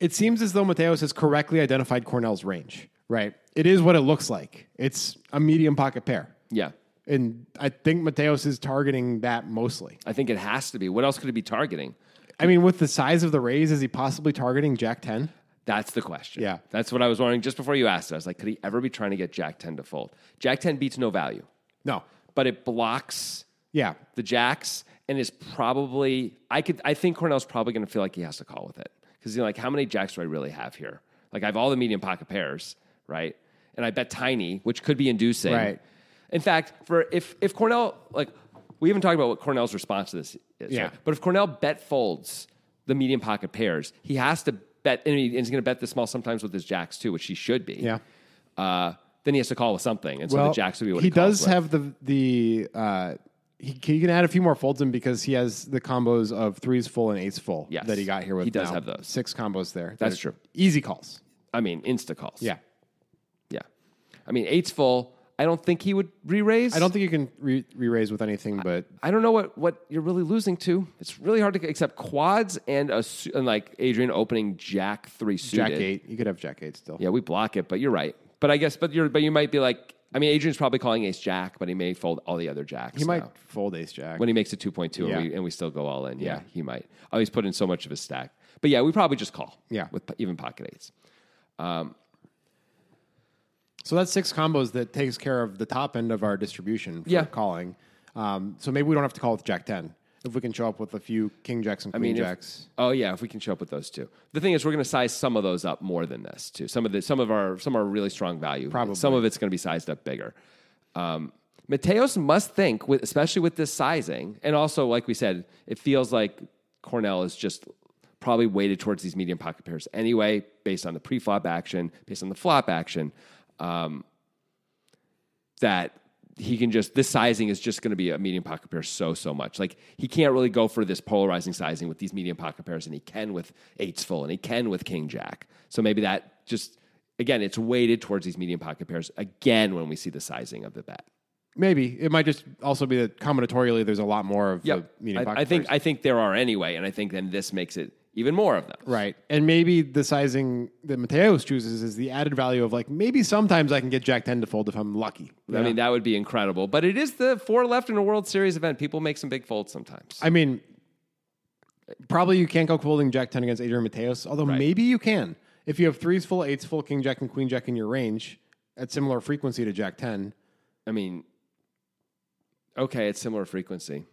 it seems as though Mateos has correctly identified Cornell's range, right? It is what it looks like. It's a medium pocket pair.
yeah
And I think Mateos is targeting that mostly.
i think it has to be what else could it be targeting
I mean, with the size of the raise, is he possibly targeting Jack 10?
that's the question
Yeah.
that's what i was wondering just before you asked it i was like could he ever be trying to get jack 10 to fold jack 10 beats no value
No.
but it blocks
Yeah.
the jacks and is probably I could I think Cornell's probably going to feel like he has to call with it because you're like how many jacks do I really have here? Like I have all the medium pocket pairs, right? And I bet tiny, which could be inducing.
Right.
In fact, for if if Cornell like we haven't talked about what Cornell's response to this is.
Yeah.
right? But if Cornell bet folds the medium pocket pairs, he has to bet and he- and he's going to bet the small sometimes with his jacks too, which he should be.
Yeah.
Uh, then he has to call with something, and so the jacks would be what he,
he
calls
does
with.
have the the uh, he, he can add a few more folds in because he has the combos of threes full and eights full
Yes.
that he got here with.
He does
now.
have those.
six combos there.
That's
They're
true.
Easy calls.
I mean, insta calls.
Yeah,
Yeah. I mean, eight's full. I don't think he would re raise.
I don't think you can re raise with anything, but
I don't know what, what you're really losing to. It's really hard to except quads and a su- and like Adrian opening Jack three suited.
Jack eight. You could have Jack eight still.
Yeah, we block it, but you're right. But I guess, but you're but you might be like, I mean, Adrian's probably calling Ace Jack, but he may fold all the other jacks.
He might
now.
fold ace Jack.
when he makes a two point two,
Yeah.
and, we, and we still go all in. Yeah,
Yeah.
he might. Oh, he's put in so much of his stack. But yeah, we probably just call.
Yeah.
with po- even pocket eights.
so that's six combos that takes care of the top end of our distribution. For
Yeah.
calling. Um, so maybe we don't have to call with Jack ten. If we can show up with a few King Jacks and Queen
mean, if-
Jacks.
oh yeah, if we can show up with those two. The thing is, we're going to size some of those up more than this too. Some of the some of our some are really strong value.
Probably.
some of it's going to be sized up bigger. Um, Mateos must think, with, especially with this sizing, and also like we said, it feels like Cornell is just probably weighted towards these medium pocket pairs anyway, based on the pre-flop action, based on the flop action. Um, that he can just this sizing is just going to be a medium pocket pair so so much. Like he can't really go for this polarizing sizing with these medium pocket pairs, and he can with eights full, and he can with king jack. So maybe that just again it's weighted towards these medium pocket pairs again when we see the sizing of the bet.
Maybe it might just also be that combinatorially there's a lot more of the medium
I,
pocket
I think
pairs.
I think there are anyway, and I think then this makes it even more of them.
Right. And maybe the sizing that Mateos chooses is the added value of like maybe sometimes I can get Jack 10 to fold if I'm lucky.
I mean that would be incredible, but it is the four left in a World Series event. People make some big folds sometimes.
I mean, probably you can't go folding Jack 10 against Adrian Mateos, although maybe you can. If you have threes full, eights full, King Jack and Queen Jack in your range at similar frequency to Jack 10,
I mean, okay, it's similar frequency.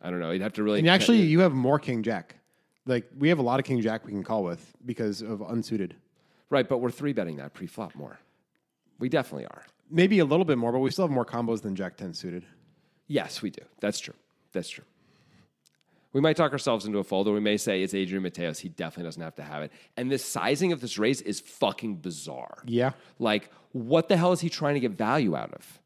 I don't know. You'd have to really.
and actually you have more King Jack. Like we have a lot of King Jack we can call with because of unsuited.
right, but we're three betting that pre-flop more. We definitely are.
Maybe a little bit more, but we still have more combos than Jack 10 suited.
Yes, we do. That's true. That's true. We might talk ourselves into a fold, or we may say it's Adrian Mateos. He definitely doesn't have to have it. And this sizing of this race is fucking bizarre.
Yeah.
Like, what the hell is he trying to get value out of?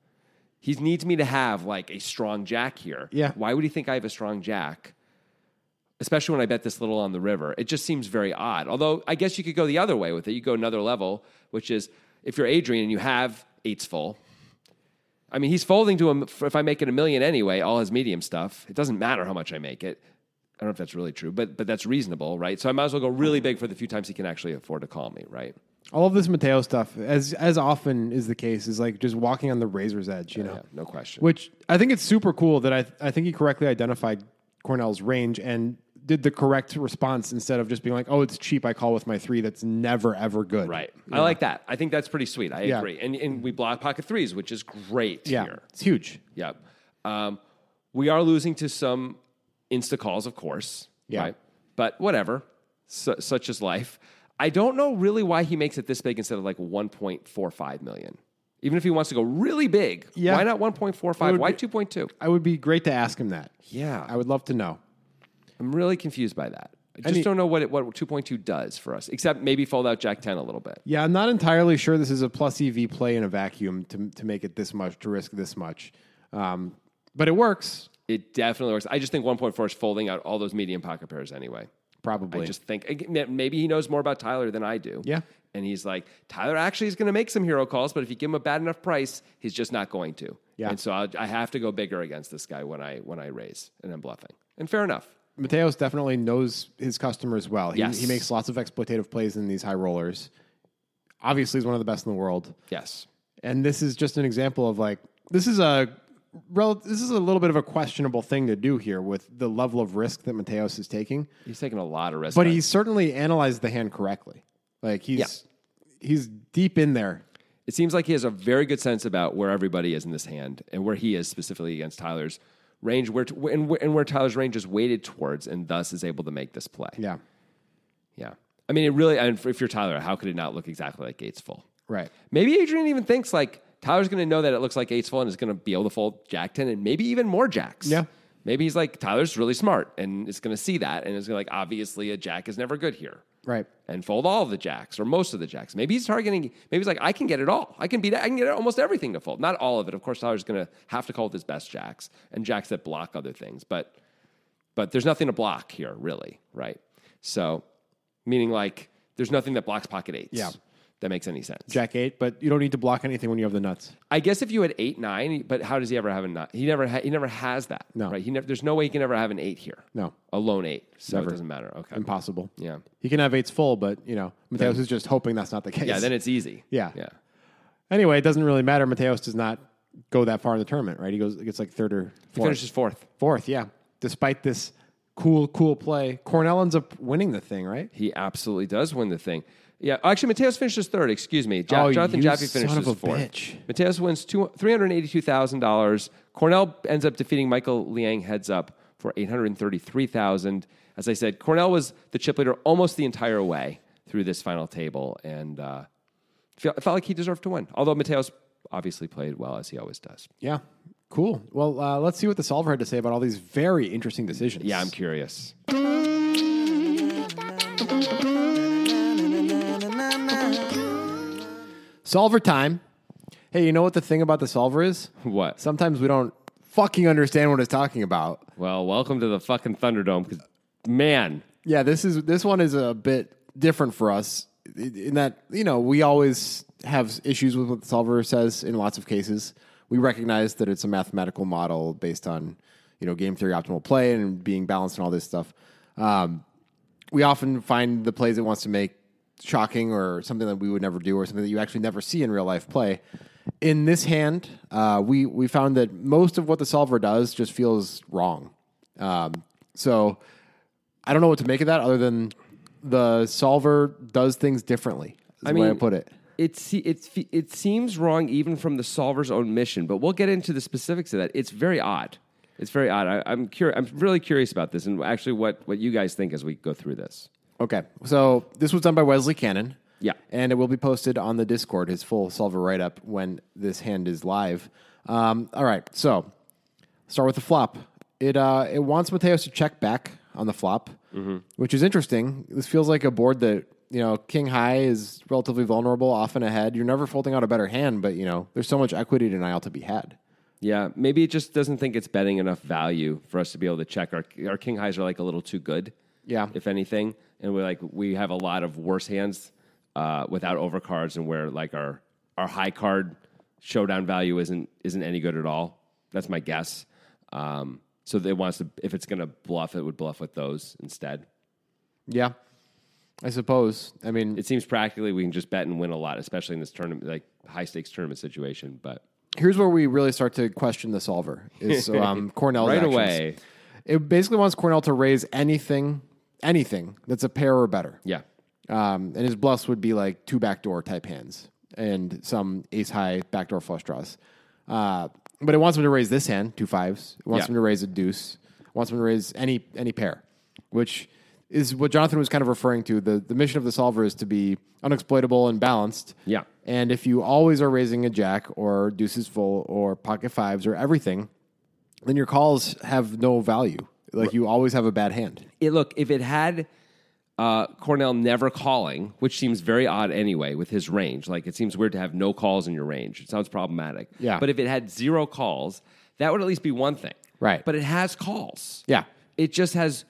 He needs me to have like a strong jack here.
Yeah.
Why would he think I have a strong jack? Especially when I bet this little on the river. It just seems very odd. Although I guess you could go the other way with it. You go another level, which is if you're Adrian and you have eights full. I mean, he's folding to him f- if I make it a million anyway, all his medium stuff. It doesn't matter how much I make it. I don't know if that's really true, but but that's reasonable, right? So I might as well go really big for the few times he can actually afford to call me, right?
All of this Mateo stuff, as as often is the case, is like just walking on the razor's edge, you know.
Yeah, no question.
Which I think it's super cool that I I think he correctly identified Cornell's range and did the correct response instead of just being like, oh, it's cheap. I call with my three. That's never ever good.
Right. I like that. I think that's pretty sweet. I
Yeah.
agree. And and we block pocket threes, which is great
Yeah.
here.
It's huge.
Yep. Um, we are losing to some insta calls, of course.
Yeah.
But whatever. Su- such is life. I don't know really why he makes it this big instead of like 1.45 million. Even if he wants to go really big,
Yeah.
why not 1.45?
would
Why
be-
2.2?
I would be great to ask him that.
Yeah.
I would love to know.
I'm really confused by that. I just
he-
don't know what it, what 2.2 does for us, except maybe fold out Jack 10 a little bit.
Yeah, I'm not entirely sure this is a plus EV play in a vacuum to to make it this much to risk this much, um, but it works
It definitely works. I just think 1.4 is folding out all those medium pocket pairs anyway.
probably.
I just think again, maybe he knows more about Tyler than I do.
Yeah.
And he's like, Tyler actually is going to make some hero calls, but if you give him a bad enough price, he's just not going to.
Yeah.
And so I'll, I have to go bigger against this guy when I when I raise and I'm bluffing. And fair enough.
Mateos definitely knows his customers well. He,
Yes.
he makes lots of exploitative plays in these high rollers. Obviously, he's one of the best in the world.
Yes.
And this is just an example of like this is a rel- this is a little bit of a questionable thing to do here with the level of risk that Mateos is taking.
He's taking a lot of risk.
But
on-
he's certainly analyzed the hand correctly. Like he's he's deep in there.
it seems like he has a very good sense about where everybody is in this hand and where he is specifically against Tyler's range, where t- and, where- and where Tyler's range is weighted towards, and thus is able to make this play.
Yeah.
Yeah. I mean, it really. And if you're Tyler, how could it not look exactly like Gates full?
Right.
Maybe Adrian even thinks like Tyler's going to know that it looks like eight's full and is going to be able to fold Jack ten and maybe even more jacks.
Yeah.
Maybe he's like Tyler's really smart and is going to see that and is going to like obviously a jack is never good here.
Right.
And fold all of the jacks or most of the jacks. Maybe he's targeting. Maybe he's like, I can get it all. I can beat. I can get almost everything to fold. Not all of it, of course. Tyler's going to have to call with his best jacks and jacks that block other things. But but there's nothing to block here, really, right? So meaning like there's nothing that blocks pocket eights.
Yeah.
that makes any sense.
Jack eight, but you don't need to block anything when you have the nuts.
I guess if you had eight nine, but how does he ever have a nine? He never ha- he never has that.
No.
right? He never. There's no way he can ever have an eight here.
No.
a lone eight. So
Never.
it doesn't matter. Okay.
Impossible.
Yeah.
He can have eights full, but you know, Mateos is just hoping that's not the case.
Yeah, then it's easy.
Yeah.
yeah.
Anyway, it doesn't really matter. Mateos does not go that far in the tournament, right? He goes gets like third or
He
fourth.
finishes fourth.
Fourth, yeah. Despite this cool, cool play, Cornell ends up winning the thing, right?
He absolutely does win the thing. Yeah, actually, Mateos finishes third. Excuse me. Ja-
Oh,
Jonathan
you
Jaffe
son
finishes
of a
fourth.
bitch.
Mateos wins two- $382,000. Cornell ends up defeating Michael Liang heads up for 833,000. As I said, Cornell was the chip leader almost the entire way through this final table, and uh, feel- felt like he deserved to win. Although Mateos obviously played well as he always does.
Yeah. Cool. Well, uh, let's see what the solver had to say about all these very interesting decisions.
Yeah, I'm curious.
solver time. Hey, you know what the thing about the solver is?
What?
Sometimes we don't fucking understand what it's talking about.
Well, welcome to the fucking Thunderdome, because man,
Yeah, this is this one is a bit different for us in that you know we always have issues with what the solver says in lots of cases. We recognize that it's a mathematical model based on you know game theory, optimal play, and being balanced and all this stuff. Um, we often find the plays it wants to make shocking or something that we would never do or something that you actually never see in real life play. In this hand, uh, we we found that most of what the solver does just feels wrong. Um, so I don't know what to make of that other than the solver does things differently. Is the way I
mean,
put it.
it, se- it, fe- it seems wrong even from the solver's own mission, but we'll get into the specifics of that. It's very odd. It's very odd. I, I'm curious. I'm really curious about this, and actually, what, what you guys think as we go through this.
Okay, so this was done by Wesley Cannon.
Yeah.
and it will be posted on the Discord. His full solver write up when this hand is live. Um, all right, so start with the flop. It uh, it wants Mateos to check back on the flop, which is interesting. This feels like a board that you know King High is relatively vulnerable, often ahead. You're never folding out a better hand, but you know there's so much equity denial to be had.
Yeah, maybe it just doesn't think it's betting enough value for us to be able to check. Our our king highs are like a little too good.
Yeah.
if anything, and we're like we have a lot of worse hands uh, without overcards, and where like our our high card showdown value isn't isn't any good at all. That's my guess. Um, so it wants to if it's going to bluff, it would bluff with those instead.
Yeah, I suppose. I mean,
It seems practically we can just bet and win a lot, especially in this tournament, like high stakes tournament situation. But
here's where we really start to question the solver is um, Cornell's
right
actions.
away,
It basically wants Cornell to raise anything, anything that's a pair or better.
yeah,
Um, and his bluffs would be like two backdoor type hands and some ace high backdoor flush draws. Uh, but it wants him to raise this hand, two fives. It wants
Yeah.
him to raise a deuce. It wants him to raise any any pair, which is what Jonathan was kind of referring to. The the mission of the solver is to be unexploitable and balanced.
Yeah.
And if you always are raising a jack or deuces full or pocket fives or everything, then your calls have no value. Like you always have a bad hand.
it look if it had uh, Cornell never calling, which seems very odd anyway with his range. Like it seems weird to have no calls in your range. It sounds problematic.
Yeah.
But if it had zero calls, that would at least be one thing.
Right.
But it has calls.
Yeah.
It just has.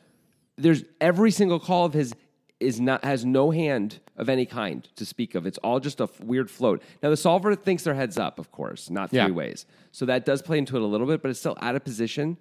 There's every single call of his is not has no hand of any kind to speak of. It's all just a f- weird float. Now the solver thinks they're heads up, of course, not three
Yeah.
ways. So that does play into it a little bit, but it's still out of position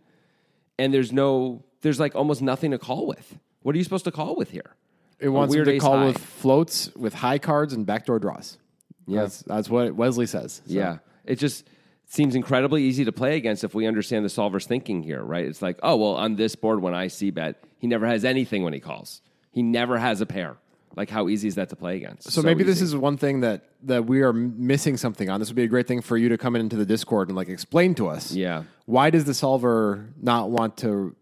and there's no there's like almost nothing to call with. What are you supposed to call with here?
It
A
wants you
weird
to
ace
call
high.
with floats, with high cards, and backdoor draws. That's, that's what Wesley says. So-
Yeah. It just seems incredibly easy to play against if we understand the solver's thinking here, right? It's like, oh well, on this board when I see bet, he never has anything when he calls. He never has a pair. Like how easy is that to play against?
So, maybe this is one thing that, that we are m- missing something on. This would be a great thing for you to come into the Discord and like explain to us.
Yeah.
Why does the solver not want to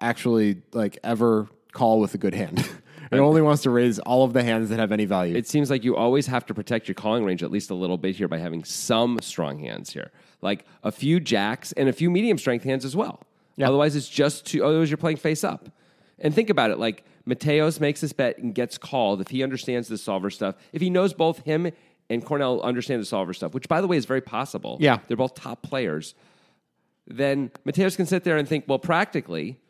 actually like ever call with a good hand? it only wants to raise all of the hands that have any value.
it seems like you always have to protect your calling range at least a little bit here by having some strong hands here, like a few jacks and a few medium strength hands as well.
Yeah.
Otherwise, it's just too. Otherwise, you're playing face up. And think about it: like Mateos makes this bet and gets called if he understands the solver stuff. If he knows both him and Cornell understand the solver stuff, which by the way is very possible.
Yeah.
they're both top players then Mateos can sit there and think, well, practically,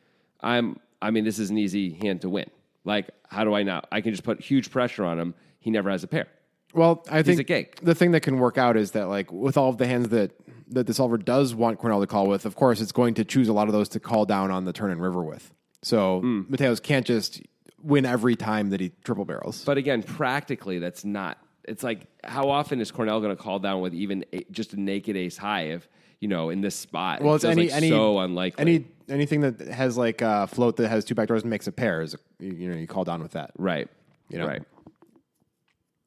I'm. I mean, this is an easy hand to win. Like, how do I not? I can just put huge pressure on him. He never has a pair.
Well, I think
a geek.
the thing that can work out is that like with all of the hands that that the solver does want Cornell to call with, of course, it's going to choose a lot of those to call down on the turn and river with. So Mateos can't just win every time that he triple barrels.
But again, practically, that's not. It's like, how often is Cornell going to call down with even a, just a naked ace high if you know in this spot?
well,
It
it's
feels
any
like
any
so unlikely.
Any anything that has like a float that has two backdoors and makes a pair is you, you know you call down with that.
right?
You know,
right?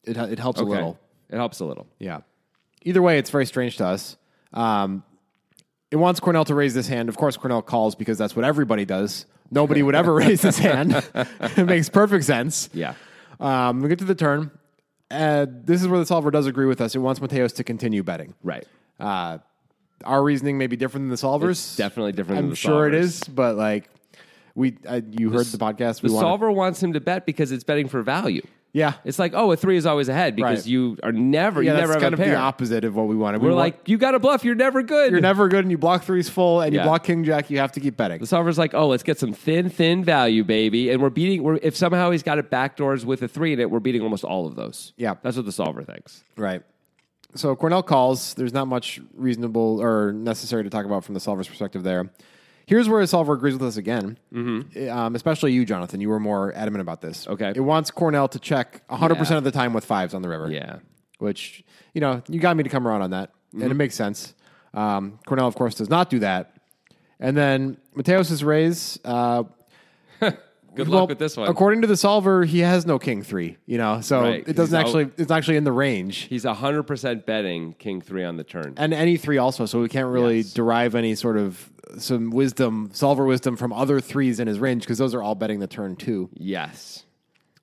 It it helps
Okay.
a little.
It helps a little.
Yeah. Either way, it's very strange to us. Um, it wants Cornell to raise his hand. Of course, Cornell calls because that's what everybody does. Nobody would ever raise his hand. it makes perfect sense.
Yeah.
Um, we get to the turn. Uh, this is where the solver does agree with us. It wants Mateos to continue betting.
Right.
Uh, our reasoning may be different than the solvers.
It's definitely different
I'm
than the
sure it
solvers.
is, but like we, uh, you heard the podcast. We
The
wanna-
solver wants him to bet because it's betting for value.
yeah,
It's like, oh, a three is always ahead because
Right.
you are never,
yeah.
you
That's
never have
kind
a
of
pair.
the opposite of what we wanted.
We're
we want-
like, you got to bluff. You're never good.
you're never good, and you block threes full, and
Yeah.
you block king jack. You have to keep betting.
the solver's like, oh, let's get some thin, thin value, baby. And we're beating, we're, if somehow he's got it backdoors with a three in it, we're beating almost all of those.
Yeah.
That's what the solver thinks.
Right. So Cornell calls. There's not much reasonable or necessary to talk about from the solver's perspective there. Here's where a solver agrees with us again, mm-hmm. um, especially you, Jonathan. You were more adamant about this.
Okay.
It wants Cornell to check 100%
Yeah.
of the time with fives on the river.
Yeah.
Which, you know, you got me to come around on that.
Mm-hmm.
And it makes sense. Um, Cornell, of course, does not do that. And then Mateos' raise. Uh,
Good
well,
luck with this one.
According to the solver, he has no king three, you know, so
Right,
it
'cause
doesn't
he's out-
actually, it's actually in the range.
He's 100% betting king three on the turn.
and any three also. So we can't really
Yes.
derive any sort of some wisdom, solver wisdom from other threes in his range because those are all betting the turn too.
yes.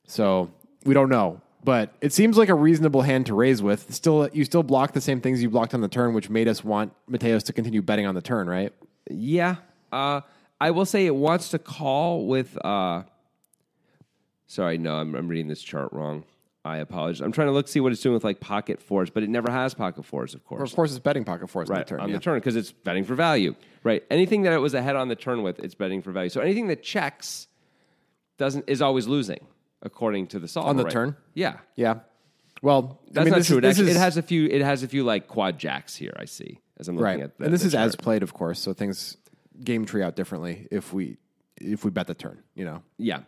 So we don't know, but it seems like a reasonable hand to raise with. Still, you still block the same things you blocked on the turn, which made us want Mateos to continue betting on the turn, right?
Yeah. Uh, I will say it wants to call with. Uh, sorry, no, I'm, I'm reading this chart wrong. I apologize. I'm trying to look see what it's doing with like pocket fours, but it never has pocket fours, of course.
Of course, it's betting pocket fours on the
Right
turn.
on
yeah.
the turn because it's betting for value. Right. Anything that it was ahead on the turn with, it's betting for value. So anything that checks doesn't is always losing, according to the solver.
the
right?
turn?
Yeah.
yeah. Well,
That's
I mean,
not
this
true.
Is,
It,
this
actually,
is-
it has a few. It has a few like quad jacks here. I see as I'm looking
right,
at. The,
and this
the
is
chart.
as played, of course. So things game tree out differently if we if we bet the turn, you know.
yeah.